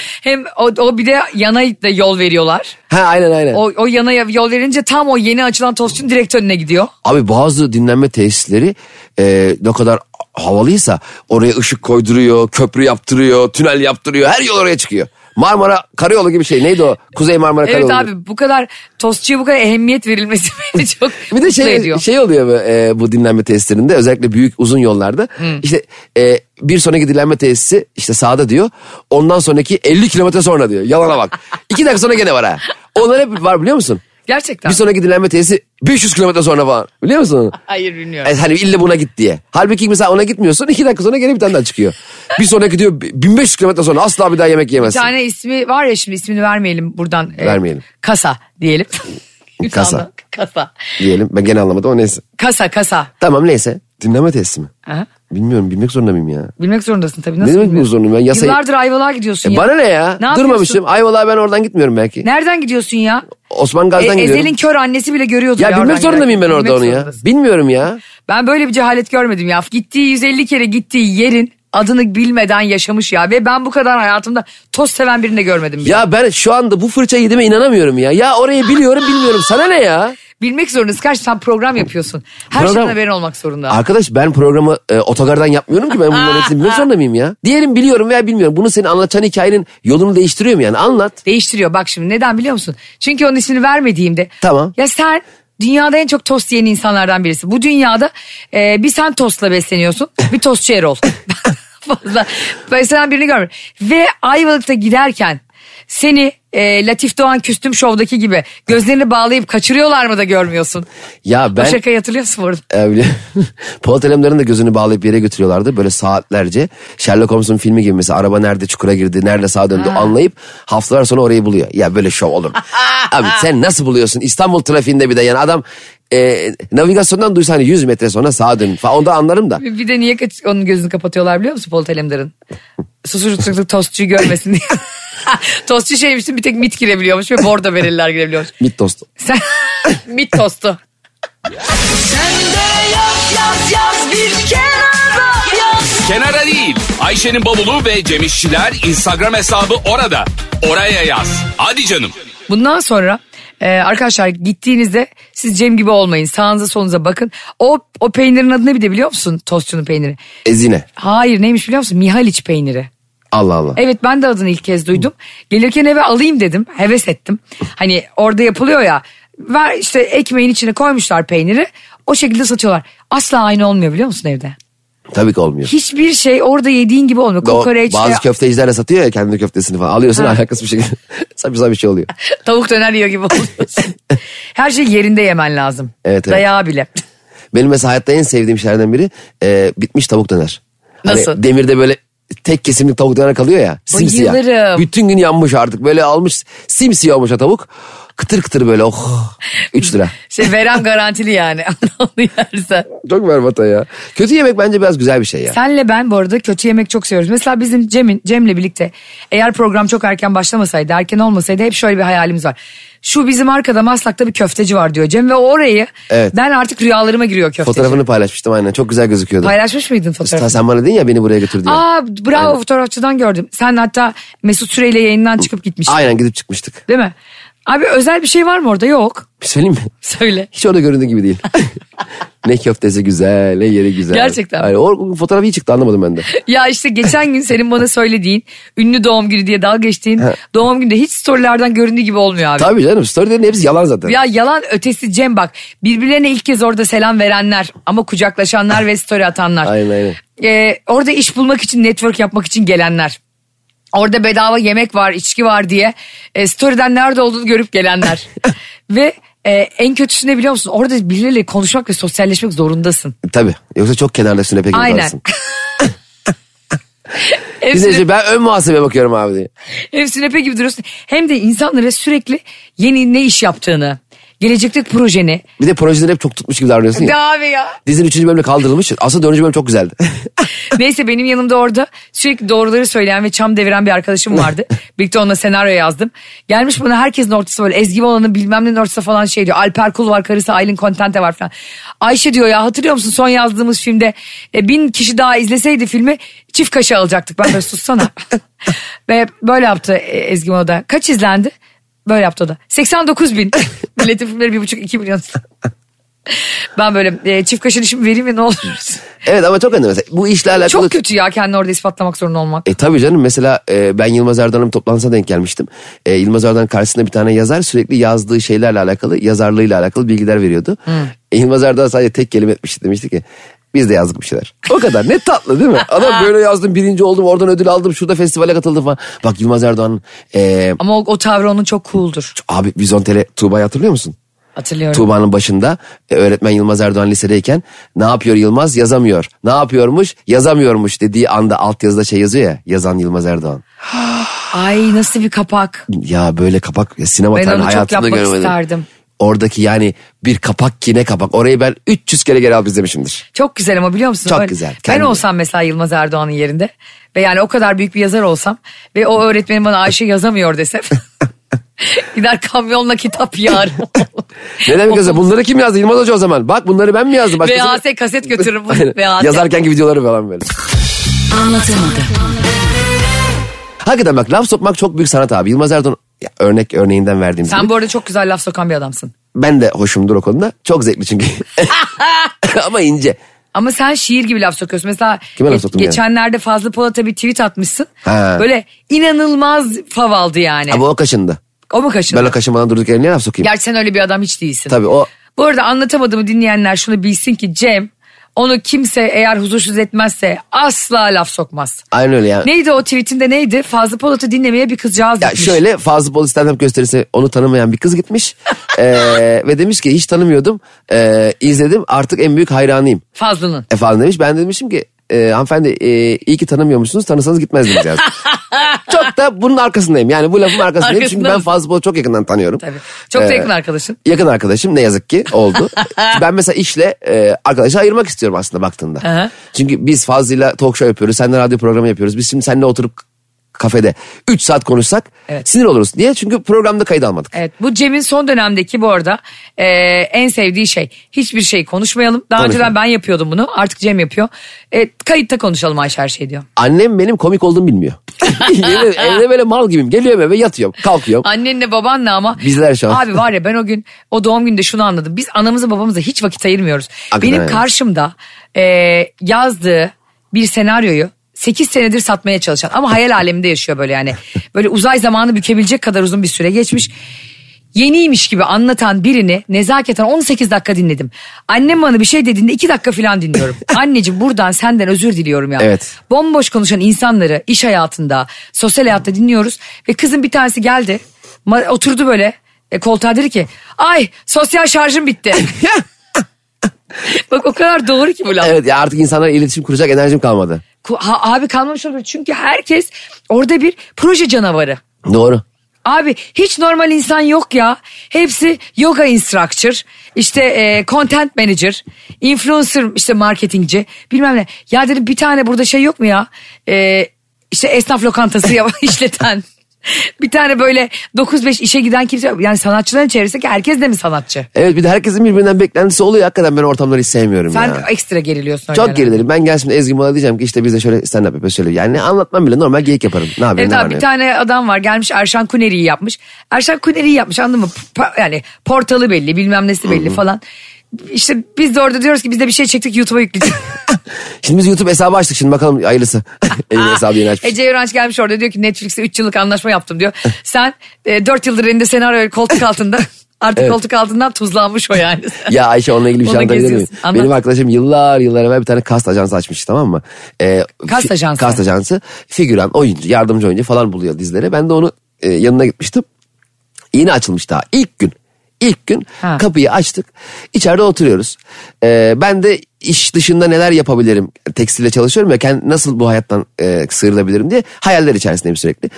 Speaker 2: Hem o, o bir de yana da yol veriyorlar.
Speaker 3: ha aynen aynen.
Speaker 2: O, o yana yol verince tam o yeni açılan tostçunun direkt önüne gidiyor.
Speaker 3: Abi bazı dinlenme tesisleri e, ne kadar havalıysa oraya ışık koyduruyor, köprü yaptırıyor, tünel yaptırıyor. Her yol oraya çıkıyor. Marmara Karayolu gibi şey neydi o? Kuzey Marmara
Speaker 2: Evet
Speaker 3: Karayolu. gibi.
Speaker 2: abi bu kadar tostçuya bu kadar ehemmiyet verilmesi beni çok
Speaker 3: Bir de
Speaker 2: mutlu
Speaker 3: şey,
Speaker 2: ediyor.
Speaker 3: şey oluyor bu, e, bu dinlenme tesislerinde özellikle büyük uzun yollarda. işte e, bir sonraki dinlenme tesisi işte sağda diyor. Ondan sonraki 50 kilometre sonra diyor. Yalana bak. İki dakika sonra gene var ha. Onlar hep var biliyor musun?
Speaker 2: Gerçekten.
Speaker 3: Bir sonraki dinlenme tesisi 500 kilometre sonra falan. Biliyor musun onu?
Speaker 2: Hayır bilmiyorum.
Speaker 3: E, hani illa buna git diye. Halbuki mesela ona gitmiyorsun iki dakika sonra gene bir tane daha çıkıyor. bir sonraki diyor 1500 kilometre sonra asla bir daha yemek
Speaker 2: Bir
Speaker 3: yemezsin.
Speaker 2: tane ismi var ya şimdi ismini vermeyelim buradan. e,
Speaker 3: Vermeyelim.
Speaker 2: Kasa diyelim. Bir
Speaker 3: Kasa.
Speaker 2: tane Kasa.
Speaker 3: Diyelim ben gene anlamadım o neyse.
Speaker 2: Kasa kasa.
Speaker 3: Tamam neyse dinlenme tesisi mi?
Speaker 2: Aha.
Speaker 3: Bilmiyorum bilmek zorunda mıyım ya?
Speaker 2: Bilmek zorundasın tabii. Nasıl
Speaker 3: ne demek
Speaker 2: bilmiyorum?
Speaker 3: bilmek zorundayım ben yasayı...
Speaker 2: Yıllardır ayvalığa gidiyorsun
Speaker 3: E
Speaker 2: ya.
Speaker 3: bana ne ya?
Speaker 2: Ne
Speaker 3: Durmamışım.
Speaker 2: yapıyorsun?
Speaker 3: Ay vallahi ben oradan gitmiyorum belki.
Speaker 2: Nereden gidiyorsun ya?
Speaker 3: Osman
Speaker 2: E,
Speaker 3: Gazi'den gidiyorum.
Speaker 2: Ezel'in kör annesi bile görüyordu.
Speaker 3: Ya
Speaker 2: oradan
Speaker 3: bilmek zorunda
Speaker 2: giderken.
Speaker 3: mıyım ben orada
Speaker 2: Bilmek
Speaker 3: onu ya?
Speaker 2: zorundasın.
Speaker 3: Bilmiyorum ya.
Speaker 2: Ben böyle bir cehalet görmedim ya. Gittiği 150 kere gittiği yerin adını bilmeden yaşamış ya. Ve ben bu kadar hayatımda toz seven birini de görmedim. bile.
Speaker 3: Ya ben şu anda bu fırça yediğime inanamıyorum ya. Ya orayı biliyorum bilmiyorum. Sana ne ya?
Speaker 2: Bilmek zorundasın. Karşı sen program yapıyorsun. Her
Speaker 3: Program-
Speaker 2: şeyden haberin olmak zorunda.
Speaker 3: Arkadaş ben programı e, otogardan yapmıyorum ki ben bunların hepsini bilmek zorunda mıyım ya? Diyelim biliyorum veya bilmiyorum. Bunu senin anlatan hikayenin yolunu değiştiriyor mu yani? Anlat.
Speaker 2: Değiştiriyor bak şimdi neden biliyor musun? Çünkü onun ismini vermediğimde.
Speaker 3: Tamam.
Speaker 2: Ya sen dünyada en çok tost yiyen insanlardan birisi. Bu dünyada e, bir sen tostla besleniyorsun bir tostçu Erol. Fazla beslenen birini görmedim. Ve Ayvalık'ta giderken seni e, Latif Doğan Küstüm Şov'daki gibi gözlerini bağlayıp kaçırıyorlar mı da görmüyorsun?
Speaker 3: Ya ben...
Speaker 2: O şakayı hatırlıyorsun bu arada.
Speaker 3: E, bile- Polat Alemdar'ın da gözünü bağlayıp bir yere götürüyorlardı. Böyle saatlerce Sherlock Holmes'un filmi gibi mesela araba nerede çukura girdi, nerede sağa döndü anlayıp haftalar sonra orayı buluyor. Ya böyle şov olur. mu? Abi sen nasıl buluyorsun? İstanbul trafiğinde bir de yani adam e, navigasyondan duysa hani 100 metre sonra sağa dön falan onu da anlarım da.
Speaker 2: Bir de niye kaç- onun gözünü kapatıyorlar biliyor musun Polat Alemdar'ın? Susurluklu tostçuyu görmesin diye. Tostçu şeymişti bir tek mit girebiliyormuş ve bordo belirler girebiliyormuş.
Speaker 3: Mit dostu.
Speaker 2: Sen mit tostu.
Speaker 1: Kenara değil. Ayşe'nin bavulu ve Cemişçiler Instagram hesabı orada. Oraya yaz. Hadi canım.
Speaker 2: Bundan sonra e, arkadaşlar gittiğinizde siz Cem gibi olmayın. Sağınıza solunuza bakın. O, o peynirin adını bir de biliyor musun? Tostçunun peyniri.
Speaker 3: Ezine.
Speaker 2: Hayır neymiş biliyor musun? Mihaliç peyniri.
Speaker 3: Allah Allah.
Speaker 2: Evet ben de adını ilk kez duydum. Gelirken eve alayım dedim. Heves ettim. Hani orada yapılıyor ya. Ver işte ekmeğin içine koymuşlar peyniri. O şekilde satıyorlar. Asla aynı olmuyor biliyor musun evde?
Speaker 3: Tabii ki olmuyor.
Speaker 2: Hiçbir şey orada yediğin gibi olmuyor.
Speaker 3: O
Speaker 2: Kokoreç,
Speaker 3: bazı köfteciler de satıyor ya kendi köftesini falan. Alıyorsun alakasız bir şekilde. Saçma sapan bir şey oluyor.
Speaker 2: tavuk döner yiyor gibi oluyorsun. Her şey yerinde yemen lazım.
Speaker 3: Evet, evet.
Speaker 2: Dayağı bile.
Speaker 3: Benim mesela hayatta en sevdiğim şeylerden biri e, bitmiş tavuk döner. Hani
Speaker 2: Nasıl?
Speaker 3: demirde böyle tek kesimlik tavuk döner kalıyor ya. Simsiyah.
Speaker 2: Bayılırım.
Speaker 3: Bütün gün yanmış artık. Böyle almış simsiyah olmuş o tavuk. Kıtır kıtır böyle oh. 3 lira.
Speaker 2: Şey verem garantili yani. Onu yersen.
Speaker 3: Çok berbat ya. Kötü yemek bence biraz güzel bir şey ya.
Speaker 2: Senle ben bu arada kötü yemek çok seviyoruz. Mesela bizim Cem'in Cem'le birlikte eğer program çok erken başlamasaydı, erken olmasaydı hep şöyle bir hayalimiz var. Şu bizim arkada Maslak'ta bir köfteci var diyor Cem ve orayı
Speaker 3: Evet.
Speaker 2: ben artık rüyalarıma giriyor köfteci.
Speaker 3: Fotoğrafını paylaşmıştım aynen. Çok güzel gözüküyordu.
Speaker 2: Paylaşmış mıydın fotoğrafı?
Speaker 3: Sen bana dedin ya beni buraya götür diye.
Speaker 2: Aa bravo fotoğrafçıdan gördüm. Sen hatta Mesut Süreyle yayından çıkıp gitmiştin.
Speaker 3: Aynen gidip çıkmıştık.
Speaker 2: Değil mi? Abi özel bir şey var mı orada? Yok.
Speaker 3: Bir şey söyleyeyim mi?
Speaker 2: Söyle.
Speaker 3: Hiç orada göründüğü gibi değil. ne köftesi güzel, ne yeri güzel.
Speaker 2: Gerçekten mi?
Speaker 3: Aynen. O fotoğraf iyi çıktı anlamadım ben de.
Speaker 2: Ya işte geçen gün senin bana söylediğin ünlü doğum günü diye dalga geçtiğin doğum günde hiç storylerden göründüğü gibi olmuyor abi.
Speaker 3: Tabii canım storylerin hepsi yalan zaten.
Speaker 2: Ya yalan ötesi Cem bak birbirlerine ilk kez orada selam verenler ama kucaklaşanlar ve story atanlar.
Speaker 3: Aynen, aynen.
Speaker 2: Ee, orada iş bulmak için network yapmak için gelenler. Orada bedava yemek var içki var diye e, storyden nerede olduğunu görüp gelenler. ve e, en kötüsü ne biliyor musun orada birileriyle konuşmak ve sosyalleşmek zorundasın.
Speaker 3: Tabii. Yoksa çok kenarda sünepe gibi
Speaker 2: Aynen.
Speaker 3: kalırsın. Biz de
Speaker 2: Hepsini,
Speaker 3: işte ben ön muhasebe bakıyorum abi diye.
Speaker 2: hepsine pek gibi duruyorsun. Hem de insanlara sürekli yeni ne iş yaptığını gelecekteki projeni.
Speaker 3: Bir de projeden hep çok tutmuş gibi davranıyorsun ya.
Speaker 2: Ya abi ya.
Speaker 3: Dizinin 3. bölümü kaldırılmış. Aslında 4. bölüm çok güzeldi.
Speaker 2: Neyse benim yanımda orada sürekli doğruları söyleyen ve çam deviren bir arkadaşım vardı. Birlikte onunla senaryo yazdım. Gelmiş bana herkesin ortası böyle Ezgi Bolan'ın bilmem nenin ortası falan şey diyor. Alper Kul var karısı Aylin Contente var falan. Ayşe diyor ya hatırlıyor musun son yazdığımız filmde e, bin kişi daha izleseydi filmi çift kaşı alacaktık. Ben böyle sussana. ve böyle yaptı e, Ezgi Bolan da. Kaç izlendi? Böyle yaptı o da. 89 bin. Milletin filmleri 1,5-2 milyon. Ben böyle e, çift kaşını şimdi vereyim ve ne olur.
Speaker 3: evet ama çok önemli. Mesela bu işle alakalı...
Speaker 2: Çok kötü ya kendini orada ispatlamak zorunda olmak.
Speaker 3: E tabii canım mesela e, ben Yılmaz Erdoğan'ın bir toplantısına denk gelmiştim. E, Yılmaz Erdoğan karşısında bir tane yazar sürekli yazdığı şeylerle alakalı, yazarlığıyla alakalı bilgiler veriyordu. E, Yılmaz Erdoğan sadece tek kelime etmişti demişti ki biz de yazdık bir şeyler. O kadar ne tatlı değil mi? Adam böyle yazdım birinci oldum oradan ödül aldım şurada festivale katıldım falan. Bak Yılmaz Erdoğan e,
Speaker 2: Ama o, o tavrı onun çok cool'dur.
Speaker 3: abi Vizontele Tuğba'yı hatırlıyor musun?
Speaker 2: Hatırlıyorum.
Speaker 3: Tuğba'nın başında e, öğretmen Yılmaz Erdoğan lisedeyken ne yapıyor Yılmaz yazamıyor. Ne yapıyormuş yazamıyormuş dediği anda altyazıda şey yazıyor ya yazan Yılmaz Erdoğan.
Speaker 2: Ay nasıl bir kapak.
Speaker 3: Ya böyle kapak ya sinema
Speaker 2: Ben
Speaker 3: tarihinin
Speaker 2: onu çok
Speaker 3: hayatımda
Speaker 2: yapmak
Speaker 3: görmedim.
Speaker 2: isterdim.
Speaker 3: Oradaki yani bir kapak ki ne kapak. Orayı ben 300 kere geri alıp izlemişimdir.
Speaker 2: Çok güzel ama biliyor musun?
Speaker 3: Çok güzel,
Speaker 2: Ben
Speaker 3: kendine.
Speaker 2: olsam mesela Yılmaz Erdoğan'ın yerinde ve yani o kadar büyük bir yazar olsam ve o öğretmenim bana Ayşe yazamıyor desem. Gider kamyonla kitap yar.
Speaker 3: Ne demek yazıyor? Bunları kim yazdı? Yılmaz Hoca o zaman. Bak bunları ben mi yazdım? Başkası mı?
Speaker 2: VHS kaset götürürüm.
Speaker 3: Aynen.
Speaker 2: VHS.
Speaker 3: Yazarkenki videoları falan böyle. Hakikaten bak laf sokmak çok büyük sanat abi. Yılmaz Erdoğan ya örnek örneğinden verdiğim gibi.
Speaker 2: Sen bu arada çok güzel laf sokan bir adamsın.
Speaker 3: Ben de hoşumdur o konuda. Çok zevkli çünkü. Ama ince.
Speaker 2: Ama sen şiir gibi laf sokuyorsun. Mesela
Speaker 3: Kime laf
Speaker 2: ge-
Speaker 3: soktum yani?
Speaker 2: geçenlerde Fazlı Polat'a bir tweet atmışsın.
Speaker 3: Ha.
Speaker 2: Böyle inanılmaz fav aldı yani.
Speaker 3: Ama o kaşındı.
Speaker 2: o mu kaşındı?
Speaker 3: Ben o kaşınmadan durduk yerine laf sokayım.
Speaker 2: Gerçi sen öyle bir adam hiç değilsin.
Speaker 3: Tabii o
Speaker 2: Bu arada anlatamadığımı dinleyenler şunu bilsin ki Cem onu kimse eğer huzursuz etmezse asla laf sokmaz.
Speaker 3: aynen öyle yani.
Speaker 2: Neydi o tweetinde neydi? Fazlı Polat'ı dinlemeye bir kızcağız
Speaker 3: Ya
Speaker 2: gitmiş.
Speaker 3: şöyle fazla Polat stand up gösterisi onu tanımayan bir kız gitmiş. Ee, ve demiş ki hiç tanımıyordum. Ee, izledim artık en büyük hayranıyım.
Speaker 2: Fazlı'nın.
Speaker 3: E falan demiş. Ben de demişim ki e, hanımefendi e, iyi ki tanımıyormuşsunuz tanısanız gitmezdiniz yazdım. çok da bunun arkasındayım. Yani bu lafın arkasındayım. Çünkü
Speaker 2: Arkasında
Speaker 3: ben
Speaker 2: mısın?
Speaker 3: fazla Polat'ı çok yakından tanıyorum.
Speaker 2: Tabii. Çok
Speaker 3: Ee,
Speaker 2: da yakın arkadaşın.
Speaker 3: Yakın arkadaşım ne yazık ki oldu. ben mesela işle e, arkadaşı ayırmak istiyorum aslında baktığında.
Speaker 2: Aha.
Speaker 3: Çünkü biz Fazlı'yla talk show yapıyoruz. Seninle radyo programı yapıyoruz. Biz şimdi seninle oturup kafede 3 saat konuşsak
Speaker 2: Evet.
Speaker 3: sinir oluruz. Niye? Çünkü programda kayıt almadık.
Speaker 2: Evet bu Cem'in son dönemdeki bu arada e, en sevdiği şey hiçbir şey konuşmayalım. Daha
Speaker 3: Konuşalım.
Speaker 2: önceden ben yapıyordum bunu artık Cem yapıyor. E, kayıtta konuşalım Ayşe her şey diyor.
Speaker 3: Annem benim komik olduğumu bilmiyor. Yemin- evde böyle mal gibiyim. Geliyorum eve yatıyorum. Kalkıyorum.
Speaker 2: Annenle babanla ama.
Speaker 3: Bizler şu an.
Speaker 2: Abi var ya ben o gün o doğum günde şunu anladım. Biz anamıza babamıza hiç vakit ayırmıyoruz.
Speaker 3: Hakikaten
Speaker 2: Benim
Speaker 3: öyle.
Speaker 2: karşımda e, yazdığı bir senaryoyu 8 senedir satmaya çalışan ama hayal aleminde yaşıyor böyle yani. Böyle uzay zamanı bükebilecek kadar uzun bir süre geçmiş. Yeniymiş gibi anlatan birini nezaketen 18 dakika dinledim. Annem bana bir şey dediğinde 2 dakika falan dinliyorum. Anneciğim buradan senden özür diliyorum ya.
Speaker 3: Evet.
Speaker 2: Bomboş konuşan insanları iş hayatında, sosyal hayatta dinliyoruz. Ve kızın bir tanesi geldi, ma- oturdu böyle e, koltuğa dedi ki... Ay sosyal şarjım bitti. Bak o kadar doğru ki bu laf.
Speaker 3: Evet ya artık insanlar iletişim kuracak enerjim kalmadı.
Speaker 2: Ku- ha- abi kalmamış olabilir çünkü herkes orada bir proje canavarı.
Speaker 3: Doğru.
Speaker 2: Abi hiç normal insan yok ya. Hepsi yoga instructor, işte e, content manager, influencer işte marketingci bilmem ne. Ya dedim bir tane burada şey yok mu ya? E, işte esnaf lokantası yap- işleten. bir tane böyle 9-5 işe giden kimse yok. Yani sanatçıların çevresindeki herkes de mi sanatçı?
Speaker 3: Evet bir de herkesin birbirinden beklentisi oluyor. Hakikaten ben ortamları hiç sevmiyorum
Speaker 2: Sen
Speaker 3: ya.
Speaker 2: ekstra geriliyorsun. öyle
Speaker 3: Çok
Speaker 2: herhalde.
Speaker 3: gerilirim. Ben gelsin Ezgi Mola diyeceğim ki işte bize şöyle stand up yapıyor şöyle. Yani anlatmam bile normal geyik yaparım. Ne yapayım
Speaker 2: Evet
Speaker 3: ne var
Speaker 2: abi
Speaker 3: ne
Speaker 2: bir
Speaker 3: yok.
Speaker 2: tane adam var gelmiş Erşan Kuneri'yi yapmış. Erşan Kuneri'yi yapmış anladın mı? Pa- yani portalı belli bilmem nesi belli falan. İşte biz de orada diyoruz ki biz de bir şey çektik YouTube'a yükleyeceğiz.
Speaker 3: Şimdi biz YouTube hesabı açtık şimdi bakalım hayırlısı. Elini hesabı yeni açmış.
Speaker 2: Ece Yoranç gelmiş orada diyor ki Netflix'e 3 yıllık anlaşma yaptım diyor. Sen 4 yıldır elinde senaryo koltuk altında. Artık koltuk altından tuzlanmış o yani.
Speaker 3: Ya Ayşe onunla ilgili bir şey
Speaker 2: Onu
Speaker 3: anlatabilir miyim?
Speaker 2: geziyorsun. Anlat.
Speaker 3: Benim arkadaşım yıllar yıllar evvel bir tane kast ajansı açmış tamam mı? Ee,
Speaker 2: Kast
Speaker 3: fi-
Speaker 2: ajansı.
Speaker 3: Kast ajansı. Figüran, oyuncu, yardımcı oyuncu falan buluyor dizilere. Ben de onu e, yanına gitmiştim. Yeni açılmış daha. İlk gün. İlk gün
Speaker 2: Ha.
Speaker 3: kapıyı açtık. İçeride oturuyoruz. Ee, ben de iş dışında neler yapabilirim? Tekstilde çalışıyorum ya kend- nasıl bu hayattan e, sıyrılabilirim diye hayaller içerisindeyim sürekli.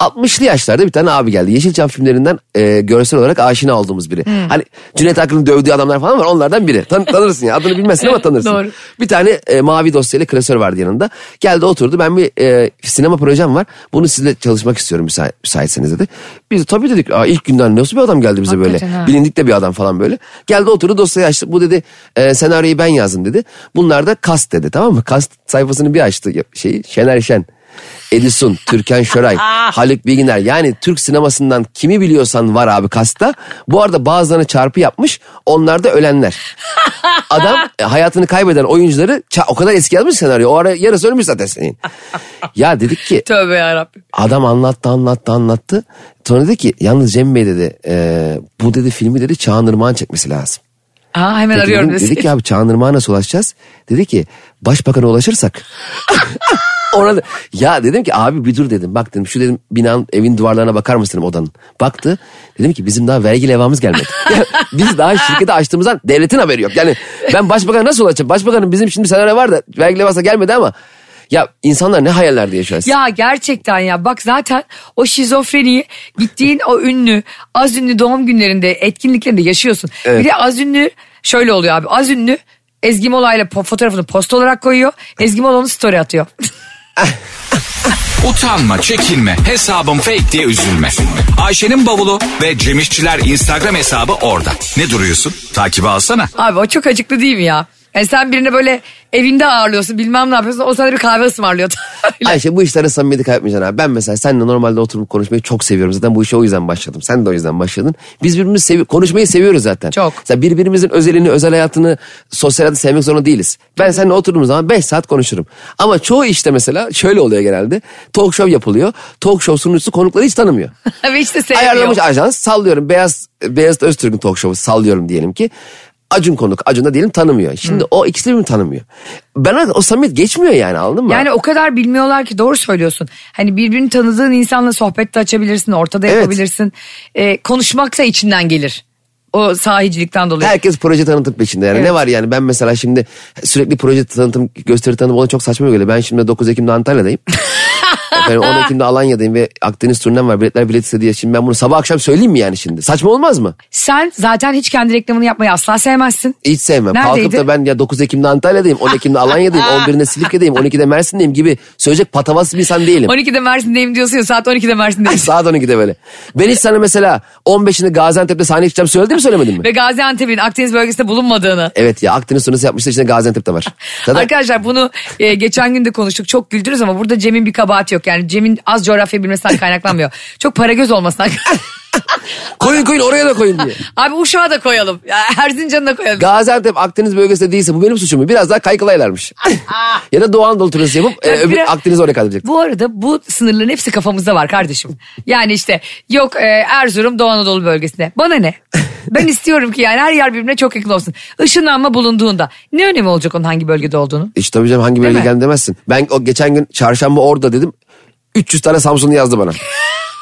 Speaker 3: 60'lı yaşlarda bir tane abi geldi. Yeşilçam filmlerinden e, görsel olarak aşina olduğumuz biri. Hani Cüneyt Akın'ın dövdüğü adamlar falan var onlardan biri. Tan- tanırsın ya adını bilmezsin ama tanırsın.
Speaker 2: Doğru.
Speaker 3: Bir tane e, mavi dosyayla klasör vardı yanında. Geldi oturdu. Ben bir e, sinema projem var. Bunu sizinle çalışmak istiyorum müsa- müsaitseniz dedi. Biz tabii dedik Aa, ilk günden nasıl bir adam geldi bize
Speaker 2: Hakikaten
Speaker 3: böyle.
Speaker 2: ha.
Speaker 3: Bilindik de bir adam falan böyle. Geldi oturdu dosyayı açtı. Bu dedi e, senaryoyu ben yazdım dedi. Bunlar da kast dedi tamam mı? Kast sayfasını bir açtı ya- şeyi Şener Şen. Edison, Türkan Şoray, Haluk Bilginer yani Türk sinemasından kimi biliyorsan var abi kasta. Bu arada bazılarına çarpı yapmış onlar da ölenler adam e, hayatını kaybeden oyuncuları ça- o kadar eski yazmış senaryo. O ara yarısı ölmüş zaten senin. ya dedik ki
Speaker 2: Tövbe yarabbim.
Speaker 3: adam anlattı anlattı anlattı. Sonra dedi ki yalnız Cem Bey dedi e, bu dedi filmi dedi Çağan Irmak'ın çekmesi lazım.
Speaker 2: Aa, hemen
Speaker 3: Peki
Speaker 2: arıyorum
Speaker 3: dedim,
Speaker 2: desin.
Speaker 3: Dedi ki abi Çağan Irmak'a nasıl ulaşacağız? Dedi ki başbakana ulaşırsak. Ona da- ya dedim ki abi bir dur dedim. Bak dedim şu dedim binanın evin duvarlarına bakar mısın dedim odanın. Baktı. Dedim ki bizim daha vergi levhamız gelmedi. Ya biz daha şirketi açtığımızdan devletin haberi yok. Yani ben başbakana nasıl ulaşacağım? Başbakanın bizim şimdi senaryo var da vergi levhası gelmedi ama. Ya insanlar ne hayallerde yaşıyor aslında.
Speaker 2: Ya gerçekten ya bak zaten o şizofreniyi gittiğin o ünlü az ünlü doğum günlerinde etkinliklerinde yaşıyorsun.
Speaker 3: Evet.
Speaker 2: Bir de az ünlü şöyle oluyor abi az ünlü Ezgi Mola ile po- fotoğrafını post olarak koyuyor. Ezgi Mola onu story atıyor.
Speaker 1: Utanma, çekinme, hesabım fake diye üzülme. Ayşe'nin bavulu ve Cemişçiler Instagram hesabı orada. Ne duruyorsun? Takibi alsana.
Speaker 2: Abi o çok acıklı değil mi ya? Yani sen birine böyle evinde ağırlıyorsun bilmem ne yapıyorsun o sana bir kahve ısmarlıyor. Öyle.
Speaker 3: Ayşe şey, bu işlere samimiyeti kaybetmeyeceksin abi. Ben mesela seninle normalde oturup konuşmayı çok seviyorum. Zaten bu işe o yüzden başladım. Sen de o yüzden başladın. Biz birbirimizi sevi konuşmayı seviyoruz zaten.
Speaker 2: Çok.
Speaker 3: Mesela birbirimizin özelini, özel hayatını, sosyal hayatı sevmek zorunda değiliz. Ben seninle oturduğum zaman 5 saat konuşurum. Ama çoğu işte mesela şöyle oluyor genelde. Talk show yapılıyor. Talk show sunucusu konukları hiç tanımıyor.
Speaker 2: Ve hiç de sevmiyor.
Speaker 3: Ayarlamış ajans sallıyorum. Beyaz Beyaz Öztürk'ün talk show'u sallıyorum diyelim ki. Acun konuk. Acun da diyelim tanımıyor. Şimdi o ikisi birbirini tanımıyor. Ben o samimiyet geçmiyor yani anladın mı?
Speaker 2: Yani o kadar bilmiyorlar ki doğru söylüyorsun. Hani birbirini tanıdığın insanla sohbet de açabilirsin, ortada
Speaker 3: Evet.
Speaker 2: yapabilirsin. Ee, konuşmak da içinden gelir. O sahicilikten dolayı.
Speaker 3: Herkes proje tanıtım peşinde yani.
Speaker 2: Evet.
Speaker 3: Ne var yani ben mesela şimdi sürekli proje tanıtım, gösteri tanıtım ona çok saçma geliyor. Ben şimdi 9 Ekim'de Antalya'dayım. Efendim 10 Ekim'de Alanya'dayım ve Akdeniz turnem var. Biletler bilet istedi diye. Şimdi ben bunu sabah akşam söyleyeyim mi yani şimdi? Saçma olmaz mı?
Speaker 2: Sen zaten hiç kendi reklamını yapmayı asla sevmezsin.
Speaker 3: Hiç sevmem.
Speaker 2: Neredeydi?
Speaker 3: Kalkıp da ben ya 9 Ekim'de Antalya'dayım, 10 Ekim'de Alanya'dayım, 11'inde Silifke'deyim, 12'de Mersin'deyim gibi söyleyecek patavas bir insan değilim.
Speaker 2: 12'de Mersin'deyim diyorsun ya saat 12'de Mersin'deyim.
Speaker 3: Saat 12'de böyle. Ben hiç sana mesela 15'inde Gaziantep'te sahne çıkacağım söyledim mi söylemedim mi?
Speaker 2: Ve Gaziantep'in Akdeniz bölgesinde bulunmadığını.
Speaker 3: Evet ya Akdeniz turnesi yapmışlar içinde Gaziantep'te var. Zaten
Speaker 2: Arkadaşlar bunu e, geçen gün de konuştuk. Çok güldürüz ama burada Cem'in bir kabahati yok. Yani Cem'in az coğrafya bilmesinden kaynaklanmıyor. Çok para göz olmasından
Speaker 3: koyun koyun oraya da koyun diye.
Speaker 2: Abi Uşak'a da koyalım. Ya Erzincan'a da koyalım.
Speaker 3: Gaziantep Akdeniz bölgesinde değilse bu benim suçum mu? Biraz daha kaykılaylarmış. ya da Doğu Anadolu turası yapıp e,
Speaker 2: Bak
Speaker 3: öbür
Speaker 2: Ah, biraz-
Speaker 3: Akdeniz'i oraya kaldıracak.
Speaker 2: Bu arada bu sınırların hepsi kafamızda var kardeşim. Yani işte yok e, Erzurum Doğu Anadolu bölgesinde. Bana ne? Ben istiyorum ki yani her yer birbirine çok yakın olsun. Işınlanma bulunduğunda ne önemi olacak onun hangi bölgede olduğunu?
Speaker 3: İşte tabii canım hangi bölge
Speaker 2: mi?
Speaker 3: geldi demezsin. Ben o geçen gün çarşamba orada dedim. 300 tane Samsun'u yazdı bana.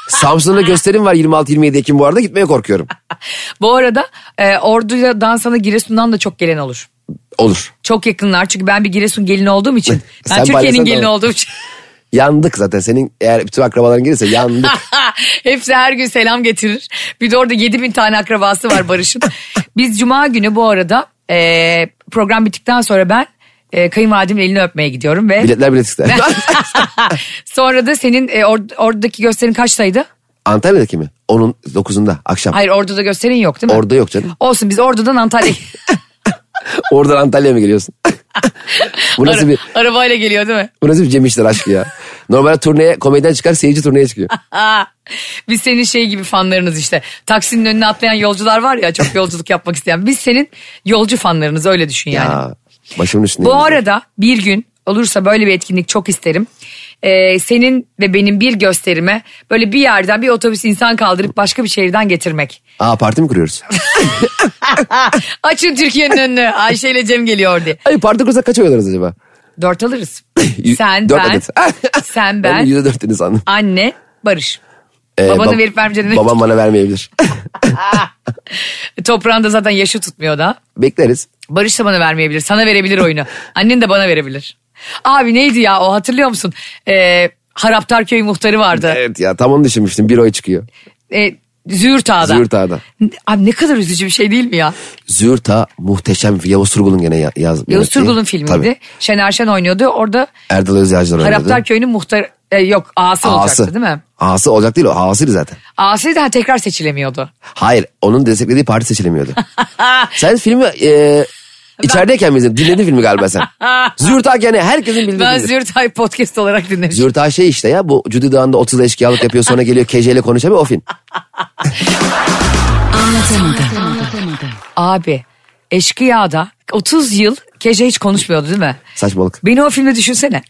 Speaker 3: Samsun'da gösterim var 26-27 Ekim bu arada gitmeye korkuyorum.
Speaker 2: Bu arada e, Ordu'ya dansana Giresun'dan da çok gelen olur.
Speaker 3: Olur.
Speaker 2: Çok yakınlar çünkü ben bir Giresun gelini olduğum için. Ben
Speaker 3: Sen
Speaker 2: Türkiye'nin
Speaker 3: paylaşsan
Speaker 2: gelini
Speaker 3: tamam.
Speaker 2: olduğum için.
Speaker 3: Yandık zaten senin eğer bütün akrabaların gelirse yandık.
Speaker 2: Hepsi her gün selam getirir. Bir de orada 7000 bin tane akrabası var Barış'ın. Biz cuma günü bu arada e, program bittikten sonra ben e, kayınvalidemin elini öpmeye gidiyorum ve
Speaker 3: Biletler bilet ister.
Speaker 2: sonra da senin e, or- oradaki gösterin kaçtaydı?
Speaker 3: Antalya'daki mi? Onun 9'unda akşam.
Speaker 2: Hayır orada da gösterin yok değil mi?
Speaker 3: Orada yok canım.
Speaker 2: Olsun biz Ordu'dan Antalya'ya
Speaker 3: Oradan Antalya'ya mı geliyorsun? bu nasıl bir
Speaker 2: Ara- arabayla geliyor değil mi?
Speaker 3: bu nasıl bir Cem İşler aşkı ya? Normalde turneye komediden çıkar seyirci turneye çıkıyor.
Speaker 2: Aa, biz senin şey gibi fanlarınız işte. Taksinin önüne atlayan yolcular var ya çok yolculuk yapmak isteyen. Biz senin yolcu fanlarınız öyle düşün yani.
Speaker 3: Ya başımın üstünde.
Speaker 2: Bu
Speaker 3: yemin ederim.
Speaker 2: arada bir gün olursa böyle bir etkinlik çok isterim. Ee, senin ve benim bir gösterime böyle bir yerden bir otobüs insan kaldırıp başka bir şehirden getirmek.
Speaker 3: Aa parti mi kuruyoruz?
Speaker 2: Açın Türkiye'nin önünü Ayşe ile Cem geliyor diye.
Speaker 3: Ay parti kursak kaç oy alırız acaba?
Speaker 2: Dört alırız.
Speaker 3: Y-
Speaker 2: Sen
Speaker 3: dört
Speaker 2: ben.
Speaker 3: adet.
Speaker 2: sen
Speaker 3: Ben de
Speaker 2: ben.
Speaker 3: yüzde dört dedi sandım.
Speaker 2: Anne Barış.
Speaker 3: Ee,
Speaker 2: Babanı
Speaker 3: bab-
Speaker 2: verip vermeyeceğini.
Speaker 3: Babam bana vermeyebilir.
Speaker 2: Toprağında zaten yaşı tutmuyor da.
Speaker 3: Bekleriz.
Speaker 2: Barış da bana vermeyebilir. Sana verebilir oyunu. Annen de bana verebilir. Abi neydi ya o hatırlıyor musun? Ee, Haraptar Köyü muhtarı vardı.
Speaker 3: Evet ya tam onu düşünmüştüm. Bir oy çıkıyor.
Speaker 2: Ee, Züğürt Ağa'da.
Speaker 3: Züğürt Ağa'da.
Speaker 2: Abi ne kadar üzücü bir şey değil mi ya?
Speaker 3: Zürta muhteşem. bir- Yavuz Turgul'un gene ya- yaz.
Speaker 2: Yavuz
Speaker 3: yönettiği.
Speaker 2: Turgul'un filmiydi.
Speaker 3: Tabii.
Speaker 2: Şener Şen oynuyordu. Orada
Speaker 3: Erdal Özyağcılar oynadı.
Speaker 2: Haraptar Köyü'nün muhtarı... e, yok ağası, olacaktı değil mi?
Speaker 3: Ağası olacak değil o. Ağasıydı zaten.
Speaker 2: Ağası da tekrar seçilemiyordu.
Speaker 3: Hayır onun desteklediği parti seçilemiyordu. sen filmi e, içerideyken mi izledin? Dinledin filmi galiba sen. Zürta gene herkesin bildiği
Speaker 2: Ben
Speaker 3: filmdir.
Speaker 2: Züğürt Ağa'yı podcast olarak dinlemiştim.
Speaker 3: Zürta şey işte ya bu Cudi Dağı'nda 30 eşkıyalık yapıyor sonra geliyor KJ ile konuşamıyor o film.
Speaker 2: Abi Eşkıya'da 30 yıl Kece hiç konuşmuyordu değil mi?
Speaker 3: Saçmalık.
Speaker 2: Beni o filmde düşünsene.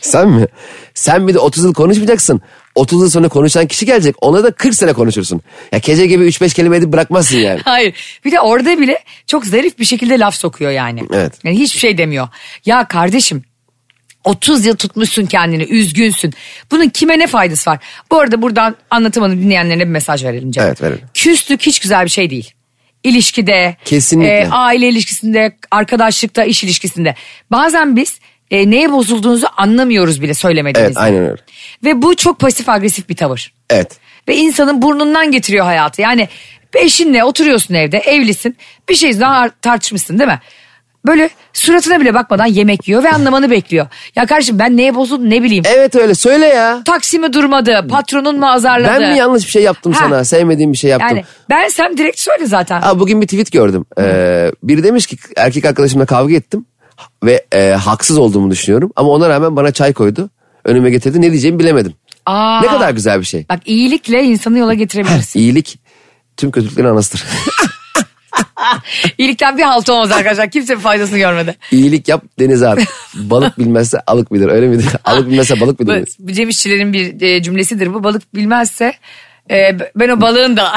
Speaker 3: Sen mi? Sen bir de 30 yıl konuşmayacaksın. 30 yıl sonra konuşan kişi gelecek. Ona da 40 sene konuşursun. Ya KJ gibi 3-5 kelime edip bırakmazsın yani.
Speaker 2: Hayır. Bir de orada bile çok zarif bir şekilde laf sokuyor yani.
Speaker 3: Evet.
Speaker 2: Yani hiçbir şey demiyor. Ya kardeşim 30 yıl tutmuşsun kendini üzgünsün. Bunun kime ne faydası var? Bu arada buradan anlatamadım dinleyenlerine bir mesaj verelim canım.
Speaker 3: Evet, verelim.
Speaker 2: Küslük hiç güzel bir şey değil. İlişkide, e,
Speaker 3: Kesinlikle.
Speaker 2: aile ilişkisinde, arkadaşlıkta, iş ilişkisinde. Bazen biz e, neye bozulduğunuzu anlamıyoruz bile söylemediğinizde.
Speaker 3: Evet aynen öyle.
Speaker 2: Ve bu çok pasif agresif bir tavır.
Speaker 3: Evet.
Speaker 2: Ve insanın burnundan getiriyor hayatı. Yani eşinle oturuyorsun evde evlisin bir şey daha tartışmışsın değil mi? Böyle suratına bile bakmadan yemek yiyor ve anlamanı bekliyor. Ya kardeşim ben neye bozuldum ne bileyim.
Speaker 3: Evet öyle söyle ya.
Speaker 2: Taksimi durmadı patronun mu azarladı?
Speaker 3: Ben mi yanlış bir şey yaptım
Speaker 2: Ha.
Speaker 3: sana? Sevmediğim bir şey yaptım.
Speaker 2: Yani ben sen direkt söyle zaten.
Speaker 3: Ha, bugün bir tweet gördüm. Ee, biri demiş ki erkek arkadaşımla kavga ettim ve e, haksız olduğumu düşünüyorum. Ama ona rağmen bana çay koydu. Önüme getirdi. Ne diyeceğimi bilemedim.
Speaker 2: Aa.
Speaker 3: Ne kadar güzel bir şey.
Speaker 2: Bak iyilikle insanı yola getirebilirsin.
Speaker 3: İyilik tüm kötülüklerin anasıdır.
Speaker 2: İyilikten bir halt olmaz arkadaşlar. Kimse bir faydasını görmedi.
Speaker 3: İyilik yap denize at. Balık bilmezse alık bilir. Öyle midir? Alık bilmezse balık bilir.
Speaker 2: Bu- Bu Cem İşçilerin bir e, cümlesidir. Bu balık bilmezse e, ben o balığın da...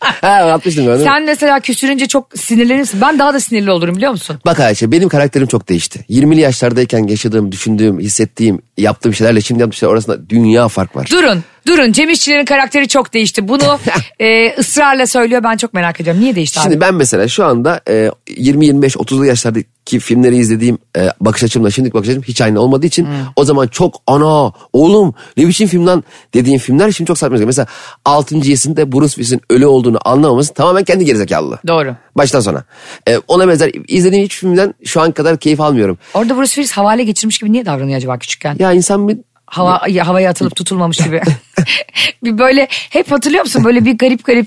Speaker 3: ha atmıştım ben. değil mi?
Speaker 2: Sen mesela küsürünce çok sinirlenir misin? Ben daha da sinirli olurum biliyor musun?
Speaker 3: Bak Ayşe benim karakterim çok değişti. 20'li yaşlardayken yaşadığım, düşündüğüm, hissettiğim, yaptığım şeylerle şimdi yaptığım şeyler arasında dünya fark var.
Speaker 2: Durun, durun. Cem İşçilerin karakteri çok değişti. Bunu e, ısrarla söylüyor. Ben çok merak ediyorum. Niye değişti
Speaker 3: Şimdi
Speaker 2: abi?
Speaker 3: ben mesela şu anda e, 20-25-30'lu yaşlardaki filmleri izlediğim e, bakış açımla şimdiki bakış açım hiç aynı olmadığı için
Speaker 2: Hmm.
Speaker 3: o zaman çok ana oğlum ne biçim film lan dediğim filmler şimdi çok saçma. geliyor. Mesela 6. yesinde Bruce Willis'in ölü olduğunu anlamaması tamamen kendi gerizekalılığı.
Speaker 2: Doğru.
Speaker 3: Baştan sona. E, ona benzer izlediğim hiç filmden şu an kadar keyif almıyorum.
Speaker 2: Orada Bruce Willis havale geçirmiş gibi niye davranıyor acaba küçükken?
Speaker 3: Ya insan bir
Speaker 2: Hava, ya, havaya atılıp tutulmamış gibi. bir böyle hep hatırlıyor musun? Böyle bir garip garip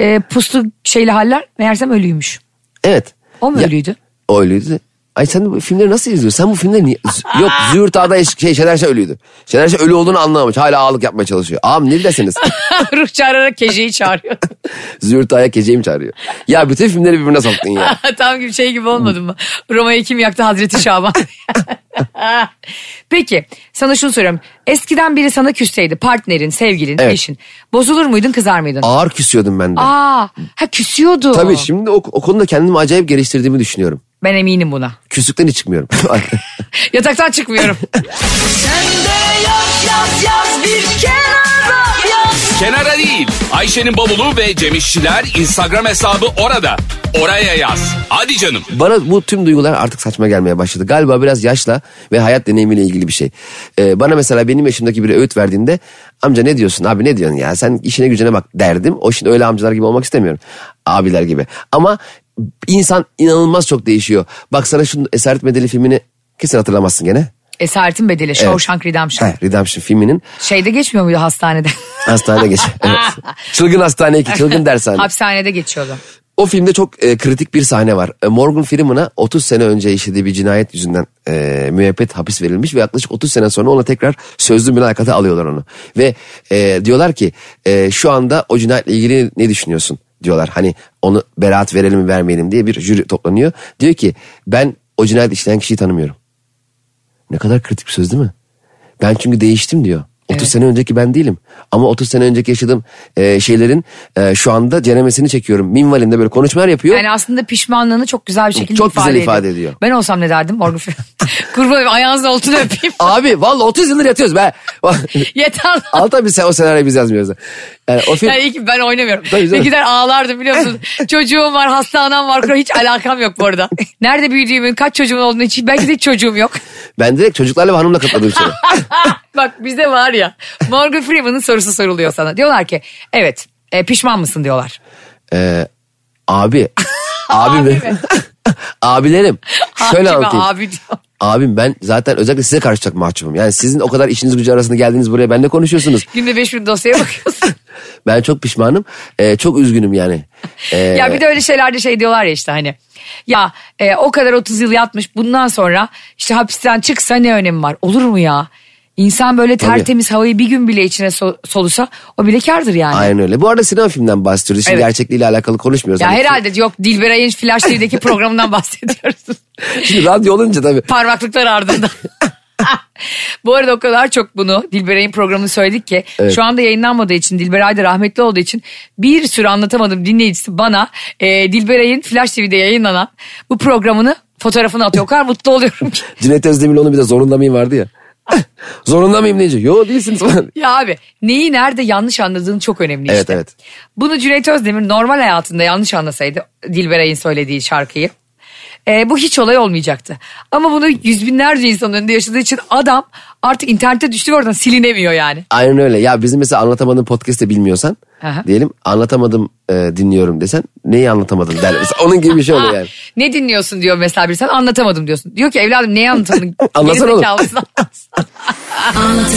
Speaker 2: e, puslu şeyli haller. Meğersem ölüymüş.
Speaker 3: evet.
Speaker 2: O mu
Speaker 3: Ya-
Speaker 2: ölüydü?
Speaker 3: O ölüydü. Ay sen bu filmleri nasıl izliyorsun? Sen bu filmleri niye... Z- Yok Züğürt Ağa'da eş- şey, Şener Şen ölüydü. Şener Şen ölü olduğunu anlamamış. Hala ağalık yapmaya çalışıyor. Ağam ne dersiniz?
Speaker 2: Ruh çağırarak Keje'yi çağırıyor.
Speaker 3: Züğürt Ağa'ya geceyim çağırıyor. Ya bütün filmleri birbirine soktun ya.
Speaker 2: Tam gibi şey gibi olmadı mı? Roma'yı kim yaktı? Hazreti Şaban. Peki sana şunu soruyorum. Eskiden biri sana küsseydi partnerin, sevgilin,
Speaker 3: Evet.
Speaker 2: eşin. Bozulur muydun kızar mıydın? Aa,
Speaker 3: Ağır küsüyordum ben de.
Speaker 2: ha küsüyordu.
Speaker 3: Tabii şimdi o, o konuda kendimi acayip geliştirdiğimi düşünüyorum.
Speaker 2: Ben eminim buna.
Speaker 3: Küslükten hiç çıkmıyorum.
Speaker 2: Yataktan çıkmıyorum.
Speaker 1: Kenara değil. Ayşe'nin bavulu ve Cemişçiler Instagram hesabı orada. Oraya yaz. Hadi canım.
Speaker 3: Bana bu tüm duygular artık saçma gelmeye başladı. Galiba biraz yaşla ve hayat deneyimiyle ilgili bir şey. Ee, bana mesela benim yaşımdaki biri öğüt verdiğinde amca ne diyorsun abi ne diyorsun ya sen işine gücüne bak derdim. O şimdi öyle amcalar gibi olmak istemiyorum. Abiler gibi. Ama insan inanılmaz çok değişiyor. Bak sana şu Esaret Medeli filmini kesin hatırlamazsın gene.
Speaker 2: Esaretin bedeli. Shawshank Redemption.
Speaker 3: Heh, Redemption filminin
Speaker 2: Şeyde geçmiyor muydu hastanede?
Speaker 3: hastane geç. Evet. Çılgın hastane iki, çılgın dershane.
Speaker 2: Hapishanede geçiyordu.
Speaker 3: O filmde çok e, kritik bir sahne var. E, Morgan Freeman'a 30 sene önce işlediği bir cinayet yüzünden e, müebbet hapis verilmiş ve yaklaşık 30 sene sonra ona tekrar sözlü mülakata alıyorlar onu. Ve e, diyorlar ki e, şu anda o cinayetle ilgili ne düşünüyorsun diyorlar. Hani onu beraat verelim mi vermeyelim diye bir jüri toplanıyor. Diyor ki ben o cinayet işleyen kişiyi tanımıyorum. Ne kadar kritik bir söz değil mi? Ben çünkü değiştim diyor. 30
Speaker 2: Evet.
Speaker 3: sene önceki ben değilim. Ama 30 sene önceki yaşadığım e, şeylerin e, şu anda cenemesini çekiyorum. Minvalimde böyle konuşmalar yapıyor.
Speaker 2: Yani aslında pişmanlığını çok güzel bir şekilde
Speaker 3: Çok
Speaker 2: ifade
Speaker 3: güzel ifade ediyor.
Speaker 2: Ben olsam ne derdim? Morgan Freeman. Kurban olayım, ayağınızın altını öpeyim.
Speaker 3: Abi vallahi 30 yıldır yatıyoruz be.
Speaker 2: Yeter lan.
Speaker 3: Al tabii sen o senaryoyu biz yazmıyoruz. Yani o film
Speaker 2: Yani iyi ki ben oynamıyorum.
Speaker 3: Tabii
Speaker 2: Ne
Speaker 3: canım.
Speaker 2: gider ağlardım biliyorsun. Çocuğum var, hastanem var. Hiç alakam yok bu arada. Nerede büyüdüğümün, kaç çocuğumun olduğunu hiç belki de hiç çocuğum yok. Ah,
Speaker 3: ben direkt çocuklarla ve hanımla katladım içeri.
Speaker 2: Bak bizde var ya. Morgan Freeman'ın sorusu soruluyor sana. Diyorlar ki evet e, pişman mısın diyorlar.
Speaker 3: Ee, abi. abim. Abilerim. Şöyle
Speaker 2: Hakime
Speaker 3: anlatayım.
Speaker 2: abi diyor.
Speaker 3: Abim ben zaten özellikle size karşı çok mahcubum. Yani sizin o kadar işiniz gücü arasında geldiniz buraya benimle konuşuyorsunuz.
Speaker 2: Günde 5000 dosyaya bakıyorsun.
Speaker 3: Ben çok pişmanım. Ee, çok üzgünüm yani. Ee,
Speaker 2: ya bir de öyle şeylerde şey diyorlar ya işte hani. Ya e, o kadar 30 yıl yatmış bundan sonra işte hapisten çıksa ne önemi var? Olur mu ya? İnsan böyle tertemiz havayı bir gün bile içine so- solusa o bile kardır yani.
Speaker 3: Aynen öyle. Bu arada sinema filmden bahsediyoruz. Şimdi
Speaker 2: Evet.
Speaker 3: gerçekliğiyle alakalı konuşmuyoruz.
Speaker 2: Ya
Speaker 3: Hani-
Speaker 2: herhalde yok Dilber Ayın Flash TV'deki programından bahsediyoruz.
Speaker 3: Şimdi radyo olunca tabii.
Speaker 2: Parmaklıklar ardında. Bu arada o kadar çok bunu Dilberay'ın programını söyledik ki şu anda yayınlanmadığı için Dilberay da rahmetli olduğu için bir sürü anlatamadım dinleyicisi bana e, Dilberay'ın Flash TV'de yayınlanan bu programını fotoğrafını atıyor. O kadar mutlu oluyorum ki.
Speaker 3: Cüneyt Özdemir'le onun bir de zorunda mıyım vardı ya. zorunda mıyım deyince. Yo değilsiniz falan.
Speaker 2: Ya abi neyi nerede yanlış anladığın çok önemli
Speaker 3: Evet,
Speaker 2: işte.
Speaker 3: evet.
Speaker 2: Bunu Cüneyt Özdemir normal hayatında yanlış anlasaydı Dilberay'ın söylediği şarkıyı. e, bu hiç olay olmayacaktı. Ama bunu yüz binlerce insanın önünde yaşadığı için adam artık internete düştü ve oradan silinemiyor yani.
Speaker 3: Aynen öyle. Ya bizim mesela anlatamadığım podcast'te bilmiyorsan
Speaker 2: Aha.
Speaker 3: diyelim anlatamadım e, dinliyorum desen neyi anlatamadın der. Mesela onun gibi bir şey oluyor
Speaker 2: Aa,
Speaker 3: yani.
Speaker 2: Ne dinliyorsun diyor mesela bir sen anlatamadım diyorsun. Diyor ki evladım neyi anlatamadın?
Speaker 3: Anlatsana oğlum.
Speaker 2: Gerizekalısın, anlatsana.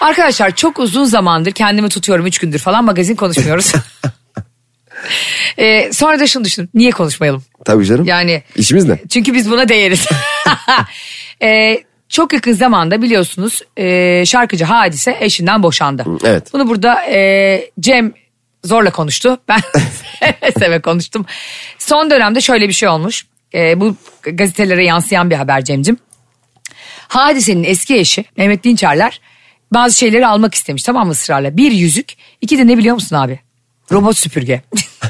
Speaker 2: Arkadaşlar çok uzun zamandır kendimi tutuyorum üç gündür falan magazin konuşmuyoruz. Ee, sonra da şunu düşündüm niye konuşmayalım?
Speaker 3: Tabii canım.
Speaker 2: Yani
Speaker 3: İşimiz ne?
Speaker 2: Çünkü biz buna değeriz. Ee, çok yakın zamanda biliyorsunuz e, şarkıcı Hadise eşinden boşandı.
Speaker 3: evet.
Speaker 2: Bunu burada e, Cem zorla konuştu. Ben seve seve konuştum. Son dönemde şöyle bir şey olmuş. E, bu gazetelere yansıyan bir haber Cem'cim. Hadisenin eski eşi Mehmet Dinçerler bazı şeyleri almak istemiş tamam mı ısrarla. Bir yüzük iki de ne biliyor musun abi? Robot süpürge.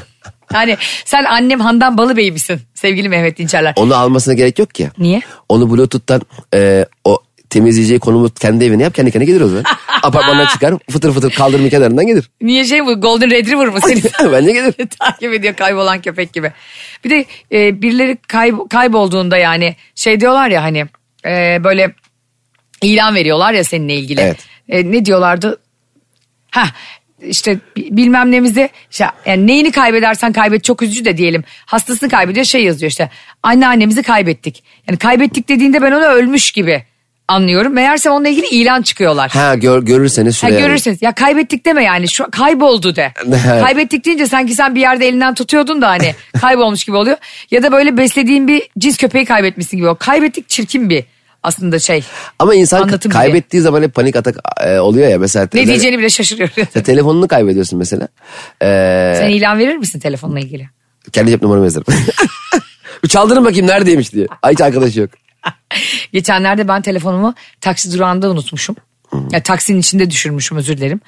Speaker 2: yani sen annem Handan Balıbey misin sevgili Mehmet Dinçerler?
Speaker 3: Onu almasına gerek yok ki.
Speaker 2: Niye?
Speaker 3: Onu Bluetooth'tan e, o temizleyeceği konumu kendi evine yap kendi kendine gelir o zaman. Apartmandan çıkar fıtır fıtır kaldırımın kenarından gelir.
Speaker 2: Niye şey bu Golden Retriever mı senin?
Speaker 3: Bence gelir.
Speaker 2: takip ediyor kaybolan köpek gibi. Bir de e, birileri kayb- kaybolduğunda yani şey diyorlar ya hani e, böyle ilan veriyorlar ya seninle ilgili.
Speaker 3: Evet.
Speaker 2: E, ne diyorlardı? Ha işte bi- bilmem nemizi işte, yani neyini kaybedersen kaybet çok üzücü de diyelim. Hastasını kaybediyor şey yazıyor işte anneannemizi kaybettik. Yani kaybettik dediğinde ben onu ölmüş gibi anlıyorum. Meğerse onunla ilgili ilan çıkıyorlar.
Speaker 3: Ha gör, görürseniz
Speaker 2: Ha,
Speaker 3: şuraya.
Speaker 2: görürsünüz. Ya kaybettik deme yani. Şu kayboldu de.
Speaker 3: Evet.
Speaker 2: kaybettik deyince sanki sen bir yerde elinden tutuyordun da hani kaybolmuş gibi oluyor. Ya da böyle beslediğin bir cins köpeği kaybetmişsin gibi. O kaybettik çirkin bir aslında şey.
Speaker 3: Ama insan
Speaker 2: Anlatım
Speaker 3: kaybettiği zaman hep panik atak e, oluyor ya. Mesela
Speaker 2: Ne diyeceğini bile şaşırıyor.
Speaker 3: Mesela telefonunu kaybediyorsun mesela. Ee,
Speaker 2: Sen ilan verir misin telefonla ilgili?
Speaker 3: kendi cep numaramı yazarım. Bir Çaldırın bakayım neredeymiş diye. Ay hiç arkadaşı yok.
Speaker 2: Geçenlerde ben telefonumu taksi durağında unutmuşum. Ya, taksinin içinde düşürmüşüm özür dilerim.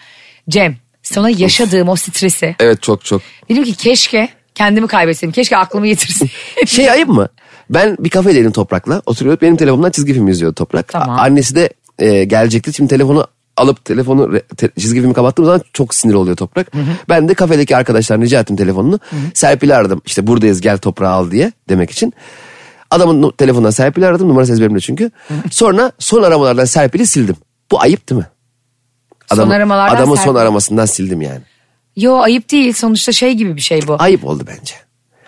Speaker 2: Cem sana yaşadığım o stresi.
Speaker 3: Evet çok çok.
Speaker 2: Dedim ki keşke kendimi kaybetseydim. Keşke aklımı yitirsin.
Speaker 3: Şey ayıp mı? Ben bir kafedeydim Toprak'la. Oturuyorduk benim telefonumdan çizgi film izliyordu Toprak.
Speaker 2: Tamam.
Speaker 3: A- Annesi de e, gelecekti. Şimdi telefonu alıp telefonu re- te- çizgi filmi kapattığım zaman çok sinir oluyor Toprak. Ben de kafedeki arkadaşlar rica ettim telefonunu. Serpil'i aradım. İşte buradayız gel toprağı al diye demek için. Adamın nu- telefonundan Serpil'i aradım. Numarası ezberimde çünkü. Sonra son aramalardan Serpil'i sildim. Bu ayıp değil mi?
Speaker 2: Son aramalardan
Speaker 3: Adamın son
Speaker 2: Serpil.
Speaker 3: aramasından sildim yani.
Speaker 2: Yo ayıp değil sonuçta şey gibi bir şey bu.
Speaker 3: Ayıp oldu bence.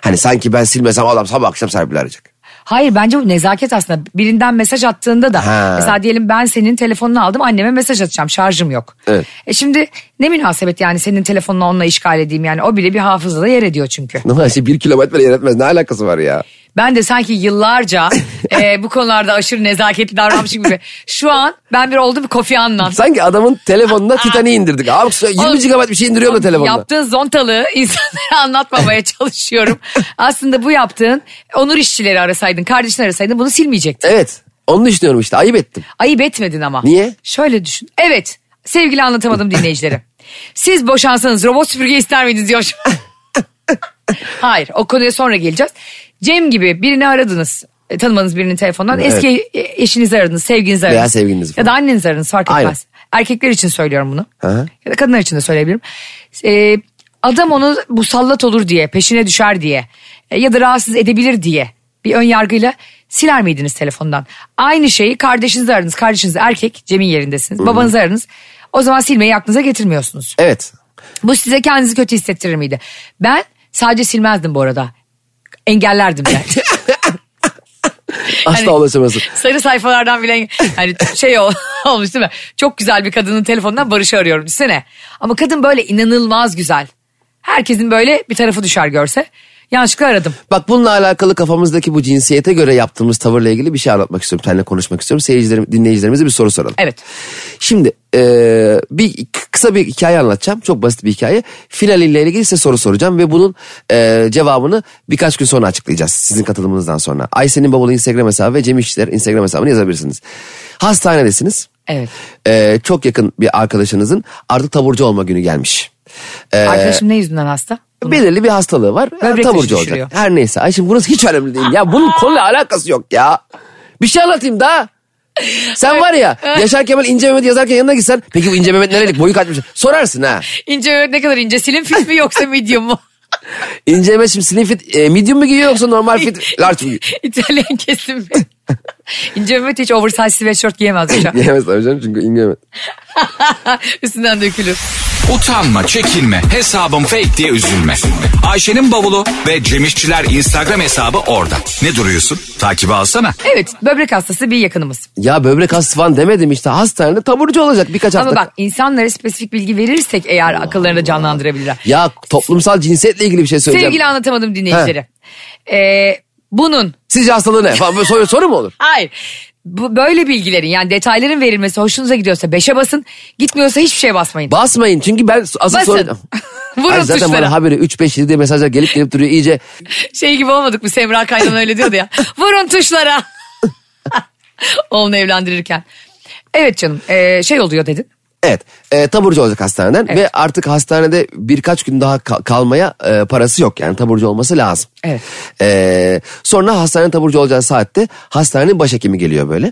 Speaker 3: Hani sanki ben silmesem adam sabah akşam Serpil'i arayacak.
Speaker 2: Hayır bence bu nezaket aslında. Birinden mesaj attığında da
Speaker 3: Ha.
Speaker 2: mesela diyelim ben senin telefonunu aldım anneme mesaj atacağım şarjım yok.
Speaker 3: Evet.
Speaker 2: E şimdi ne münasebet yani senin telefonunu onunla işgal edeyim yani o bile bir hafızada yer ediyor çünkü.
Speaker 3: Normal şey bir kilometre yer etmez. Ne alakası var ya?
Speaker 2: Ben de sanki yıllarca e, bu konularda aşırı nezaketli davranmışım gibi. Şu an ben bir oldum bir Kofi Annan.
Speaker 3: Sanki adamın telefonuna Titanic'i indirdik. Abi kusura- 20
Speaker 2: Oğlum,
Speaker 3: GB bir şey indiriyor da telefonuna.
Speaker 2: Yaptığın zontalığı insanlara anlatmamaya çalışıyorum. Aslında bu yaptığın onur işçileri arasaydın, kardeşini arasaydın bunu silmeyecektin.
Speaker 3: Evet. Onu düşünüyorum işte. Ayıp ettim.
Speaker 2: Ayıp etmedin ama.
Speaker 3: Niye?
Speaker 2: Şöyle düşün. Evet sevgili anlatamadım dinleyicileri. Siz boşansanız robot süpürge ister miydiniz diyor. Hayır o konuya sonra geleceğiz. Cem gibi birini aradınız. E, tanımadığınız birinin telefonundan
Speaker 3: Evet.
Speaker 2: eski e- eşinizi aradınız, sevginizi
Speaker 3: Veya
Speaker 2: aradınız.
Speaker 3: sevgilinizi
Speaker 2: Ya da
Speaker 3: falan.
Speaker 2: annenizi aradınız fark etmez.
Speaker 3: Aynen.
Speaker 2: Erkekler için söylüyorum bunu.
Speaker 3: hı.
Speaker 2: Ya da kadınlar için de söyleyebilirim. E, adam onu musallat olur diye, peşine düşer diye e, ya da rahatsız edebilir diye bir ön yargıyla siler miydiniz telefondan? Aynı şeyi kardeşinizi aradınız. Kardeşiniz erkek, Cem'in yerindesiniz. Babanızı aradınız. O zaman silmeyi aklınıza getirmiyorsunuz.
Speaker 3: Evet.
Speaker 2: Bu size kendinizi kötü hissettirir miydi? Ben sadece silmezdim bu arada. Engellerdim ben.
Speaker 3: Asla
Speaker 2: Hani-
Speaker 3: ulaşamazsın.
Speaker 2: Sarı sayfalardan bile hani şey ol- olmuş değil mi? Çok güzel bir kadının telefonundan Barış'ı arıyorum düşünsene. Ama kadın böyle inanılmaz güzel. Herkesin böyle bir tarafı düşer görse. Yanlışlıkla aradım.
Speaker 3: Bak bununla alakalı kafamızdaki bu cinsiyete göre yaptığımız tavırla ilgili bir şey anlatmak istiyorum. Seninle konuşmak istiyorum. Seyircilerim, dinleyicilerimize bir soru soralım.
Speaker 2: Evet.
Speaker 3: Şimdi eee, bir kısa bir hikaye anlatacağım. Çok basit bir hikaye. Finaliyle ilgili size soru soracağım ve bunun eee, cevabını birkaç gün sonra açıklayacağız. Sizin katılımınızdan sonra. Ayşe'nin babalı Instagram hesabı ve Cem İşçiler Instagram hesabını yazabilirsiniz. Hastanedesiniz.
Speaker 2: Evet.
Speaker 3: Eee, çok yakın bir arkadaşınızın artık taburcu olma günü gelmiş. Eee,
Speaker 2: Arkadaşım ne yüzünden hasta? Bunu-
Speaker 3: belirli bir hastalığı var.
Speaker 2: Böbrek taşı
Speaker 3: taburcu
Speaker 2: düşürüyor.
Speaker 3: olacak. Her neyse. Ay şimdi burası hiç önemli değil ya. Bunun konuyla alakası yok ya. Bir şey anlatayım daha. Sen var ya Yaşar Kemal İnce Mehmet yazarken yanına gitsen peki bu İnce Mehmet nerelik boyu kaçmış sorarsın ha.
Speaker 2: İnce Mehmet ne kadar ince? Slim fit mi yoksa medium mu?
Speaker 3: İnce Mehmet şimdi slim fit e, medium mu giyiyor yoksa normal fit large mı giyiyor?
Speaker 2: İtalyan kesim mi? İnce Mehmet hiç oversize sweatshirt giyemez şu an.
Speaker 3: Giyemez tabii canım çünkü İnce Mehmet.
Speaker 2: Üstünden dökülür.
Speaker 1: Utanma, çekinme, hesabım fake diye üzülme. Ayşe'nin bavulu ve Cemişçiler Instagram hesabı orada. Ne duruyorsun? Takibi alsana.
Speaker 2: Evet böbrek hastası bir yakınımız.
Speaker 3: Ya böbrek hastası falan demedim işte hastanede taburcu olacak birkaç hafta.
Speaker 2: Ama bak insanlara spesifik bilgi verirsek eğer akıllarını canlandırabilirler.
Speaker 3: Ya toplumsal cinsiyetle ilgili bir şey söyleyeceğim.
Speaker 2: Sevgili anlatamadım dinleyicileri. Ee, bunun
Speaker 3: Sizce hastalığı ne? Falan böyle soru, soru mu olur?
Speaker 2: hayır bu, böyle bilgilerin yani detayların verilmesi hoşunuza gidiyorsa 5'e basın gitmiyorsa hiçbir şeye basmayın.
Speaker 3: Basmayın çünkü ben asıl
Speaker 2: Basın.
Speaker 3: soracağım.
Speaker 2: Vurun
Speaker 3: Ay zaten
Speaker 2: tuşlara.
Speaker 3: bana haberi 3-5 diye mesajlar gelip gelip duruyor iyice.
Speaker 2: şey gibi olmadık mı Semra Kaynan öyle diyordu ya. Vurun tuşlara. Oğlunu evlendirirken. Evet canım ee, şey oluyor dedin.
Speaker 3: Evet e, taburcu olacak hastaneden
Speaker 2: Evet.
Speaker 3: ve artık hastanede birkaç gün daha ka- kalmaya e, parası yok yani taburcu olması lazım.
Speaker 2: Evet.
Speaker 3: E, sonra hastanede taburcu olacağı saatte hastanenin başhekimi geliyor böyle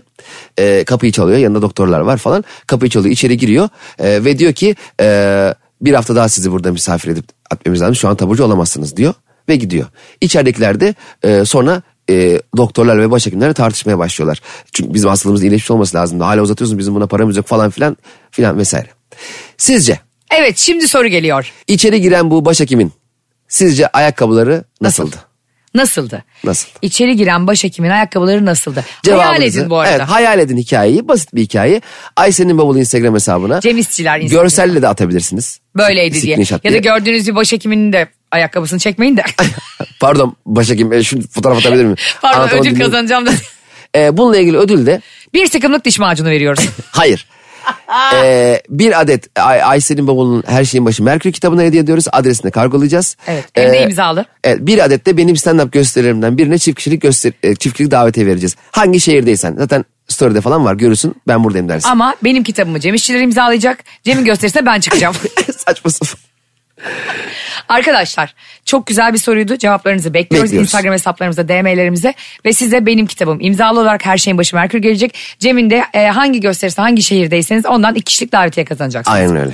Speaker 3: E, kapıyı çalıyor yanında doktorlar var falan kapıyı çalıyor içeri giriyor e, ve diyor ki e, bir hafta daha sizi burada misafir edip atmamız lazım şu an taburcu olamazsınız diyor ve gidiyor. İçeridekiler de e, sonra e, doktorlar ve başhekimlerle tartışmaya başlıyorlar. Çünkü bizim hastalığımız iyileşmiş olması lazım. Hala uzatıyorsun bizim buna paramız yok falan filan filan vesaire. Sizce
Speaker 2: Evet şimdi soru geliyor.
Speaker 3: içeri giren bu başhekimin sizce ayakkabıları nasıldı?
Speaker 2: Nasıldı?
Speaker 3: Nasıldı?
Speaker 2: İçeri giren başhekimin ayakkabıları nasıldı? Hayal
Speaker 3: Cevabınızı-
Speaker 2: edin bu arada.
Speaker 3: Evet, hayal edin hikayeyi. Basit bir hikaye. Ayşe'nin babalı Instagram hesabına.
Speaker 2: Cem İşçiler Instagram.
Speaker 3: Görselle de atabilirsiniz.
Speaker 2: Böyleydi diye.
Speaker 3: Screenshot
Speaker 2: Ya da gördüğünüz bir başhekiminin de ayakkabısını çekmeyin de.
Speaker 3: Pardon başhekim e, şu fotoğraf atabilir miyim?
Speaker 2: Pardon
Speaker 3: Anlatamadım,
Speaker 2: ödül
Speaker 3: dinleyin.
Speaker 2: kazanacağım da.
Speaker 3: E, bununla ilgili ödül de
Speaker 2: bir sıkımlık diş macunu veriyoruz.
Speaker 3: Hayır. Ee, bir adet Ay Aysel'in bavulunun her şeyin başı Merkür kitabını hediye ediyoruz. Adresine kargolayacağız. E,
Speaker 2: Evet, hem de imzalı.
Speaker 3: Evet, bir adet de benim stand up gösterilerimden birine çift kişilik göster e, çift kişilik davetiye vereceğiz. Hangi şehirdeysen zaten story'de falan var görürsün. Ben buradayım dersin.
Speaker 2: Ama benim kitabımı Cem İşçiler imzalayacak. Cem'in gösterisine ben çıkacağım.
Speaker 3: Saçma sapan.
Speaker 2: Arkadaşlar çok güzel bir soruydu. Cevaplarınızı bekliyoruz.
Speaker 3: Bekliyoruz.
Speaker 2: Instagram hesaplarımıza, DM'lerimize ve size benim kitabım imzalı olarak her şeyin başı Merkür gelecek. Cem'in de e, hangi gösterisi, hangi şehirdeyseniz ondan iki kişilik davetiye kazanacaksınız.
Speaker 3: Aynen öyle.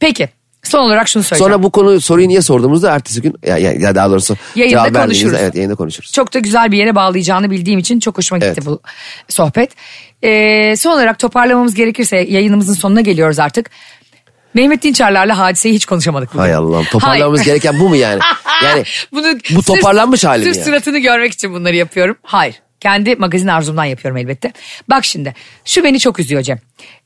Speaker 2: Peki son olarak şunu söyleyeceğim.
Speaker 3: Sonra bu konu soruyu niye sorduğumuzda ertesi gün ya, ya, ya daha doğrusu
Speaker 2: Yayında
Speaker 3: cevap verdiğinizde-
Speaker 2: konuşuruz.
Speaker 3: Evet yayında konuşuruz.
Speaker 2: çok da güzel bir yere bağlayacağını bildiğim için çok hoşuma gitti
Speaker 3: Evet.
Speaker 2: bu sohbet. Ee, son olarak toparlamamız gerekirse yayınımızın sonuna geliyoruz artık. Mehmet Dinçerler'le hadiseyi hiç konuşamadık bugün.
Speaker 3: Hay Allah'ım toparlamamız
Speaker 2: Hayır.
Speaker 3: gereken bu mu yani? Yani
Speaker 2: Bunu
Speaker 3: bu toparlanmış
Speaker 2: sırf,
Speaker 3: hali mi
Speaker 2: Sırf
Speaker 3: yani?
Speaker 2: suratını görmek için bunları yapıyorum. Hayır. Kendi magazin arzumdan yapıyorum elbette. Bak şimdi şu beni çok üzüyor Cem.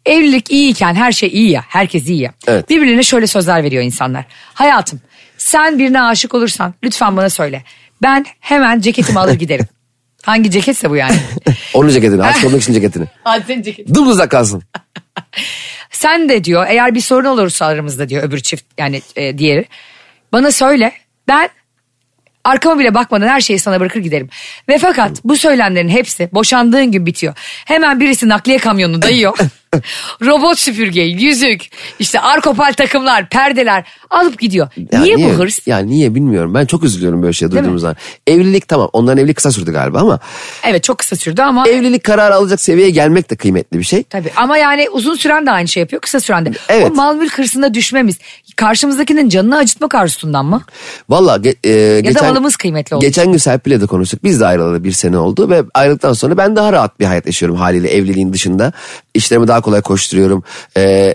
Speaker 2: Evlilik iyiyken her şey iyi ya. Herkes iyi ya.
Speaker 3: Evet.
Speaker 2: Birbirlerine şöyle sözler veriyor insanlar. Hayatım sen birine aşık olursan lütfen bana söyle. Ben hemen ceketimi alır giderim. Hangi ceketse bu yani.
Speaker 3: onun ceketini, aşk olmak için ceketini.
Speaker 2: Hadisenin ceketi.
Speaker 3: Dımdızak kalsın.
Speaker 2: Sen de diyor eğer bir sorun olursa aramızda diyor öbür çift yani e, diğeri. Bana söyle ben arkama bile bakmadan her şeyi sana bırakır giderim. Ve fakat bu söylemlerin hepsi boşandığın gün bitiyor. Hemen birisi nakliye kamyonunu dayıyor. Robot süpürge, yüzük, işte arkopal takımlar, perdeler alıp gidiyor.
Speaker 3: Ya
Speaker 2: niye, bu hırs?
Speaker 3: Ya niye bilmiyorum. Ben çok üzülüyorum böyle şey
Speaker 2: mi?
Speaker 3: duyduğum zaman. Evlilik tamam. Onların evliliği kısa sürdü galiba ama
Speaker 2: Evet çok kısa sürdü ama
Speaker 3: evlilik kararı alacak seviyeye gelmek de kıymetli bir şey.
Speaker 2: Tabii ama yani uzun süren de aynı şey yapıyor kısa süren de.
Speaker 3: Evet.
Speaker 2: O mal mülk hırsına düşmemiz karşımızdakinin canını acıtmak arzusundan mı?
Speaker 3: Valla ge- e, geçen,
Speaker 2: malımız kıymetli olmuş.
Speaker 3: Geçen gün Serpil'le de konuştuk. Biz de ayrılalı bir sene oldu ve ayrıldıktan sonra ben daha rahat bir hayat yaşıyorum haliyle evliliğin dışında. İşlerimi daha kolay koşturuyorum. E, e,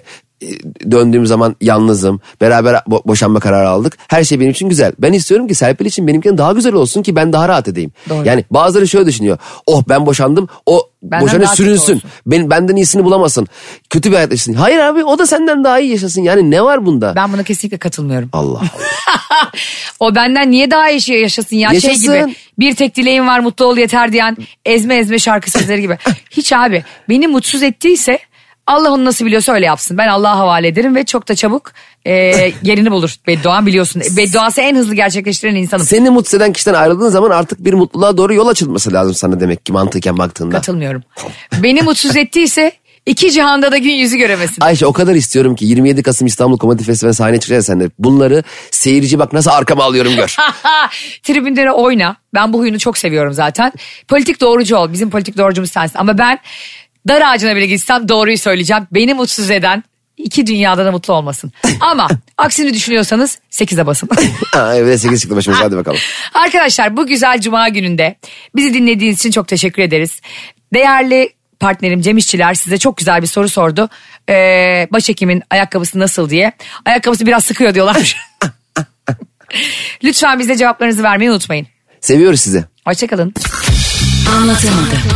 Speaker 3: döndüğüm zaman yalnızım. Beraber bo- boşanma kararı aldık. Her şey benim için güzel. Ben istiyorum ki Serpil için benimkinin daha güzel olsun ki ben daha rahat edeyim.
Speaker 2: Doğru.
Speaker 3: Yani bazıları şöyle düşünüyor. Oh ben boşandım. O
Speaker 2: Benden
Speaker 3: boşanır
Speaker 2: daha kötü
Speaker 3: sürünsün.
Speaker 2: olsun.
Speaker 3: Ben, benden iyisini bulamasın. Kötü bir hayat yaşasın. Hayır abi o da senden daha iyi yaşasın. Yani ne var bunda?
Speaker 2: Ben buna kesinlikle katılmıyorum.
Speaker 3: Allah Allah.
Speaker 2: o benden niye daha iyi şey yaşasın ya
Speaker 3: Yaşasın.
Speaker 2: şey gibi bir tek dileğim var mutlu ol yeter diyen ezme ezme şarkı sözleri gibi. Hiç abi beni mutsuz ettiyse Allah onu nasıl biliyorsa öyle yapsın. Ben Allah'a havale ederim ve çok da çabuk e, yerini bulur. Bedduan biliyorsun. Bedduası en hızlı gerçekleştiren insanım.
Speaker 3: Seni mutsuz eden kişiden ayrıldığın zaman artık bir mutluluğa doğru yol açılması lazım sana demek ki mantıken baktığında.
Speaker 2: Katılmıyorum. Beni mutsuz ettiyse iki cihanda da gün yüzü göremesin.
Speaker 3: Ayşe o kadar istiyorum ki 27 Kasım İstanbul Komedi Festivali sahneye çıkacağız sen de. Bunları seyirci bak nasıl arkama alıyorum gör.
Speaker 2: Tribünlere oyna. Ben bu huyunu çok seviyorum zaten. Politik doğrucu ol. Bizim politik doğrucumuz sensin. Ama ben dar ağacına bile gitsem doğruyu söyleyeceğim. Beni mutsuz eden iki dünyada da mutlu olmasın. Ama aksini düşünüyorsanız 8'e basın.
Speaker 3: Ha, evet 8 çıktı başımıza hadi bakalım.
Speaker 2: Arkadaşlar bu güzel cuma gününde bizi dinlediğiniz için çok teşekkür ederiz. Değerli partnerim Cem İşçiler size çok güzel bir soru sordu. Ee, başhekimin ayakkabısı nasıl diye. Ayakkabısı biraz sıkıyor diyorlar. Lütfen bize cevaplarınızı vermeyi unutmayın.
Speaker 3: Seviyoruz sizi.
Speaker 2: Hoşçakalın.
Speaker 4: Anlatamadım.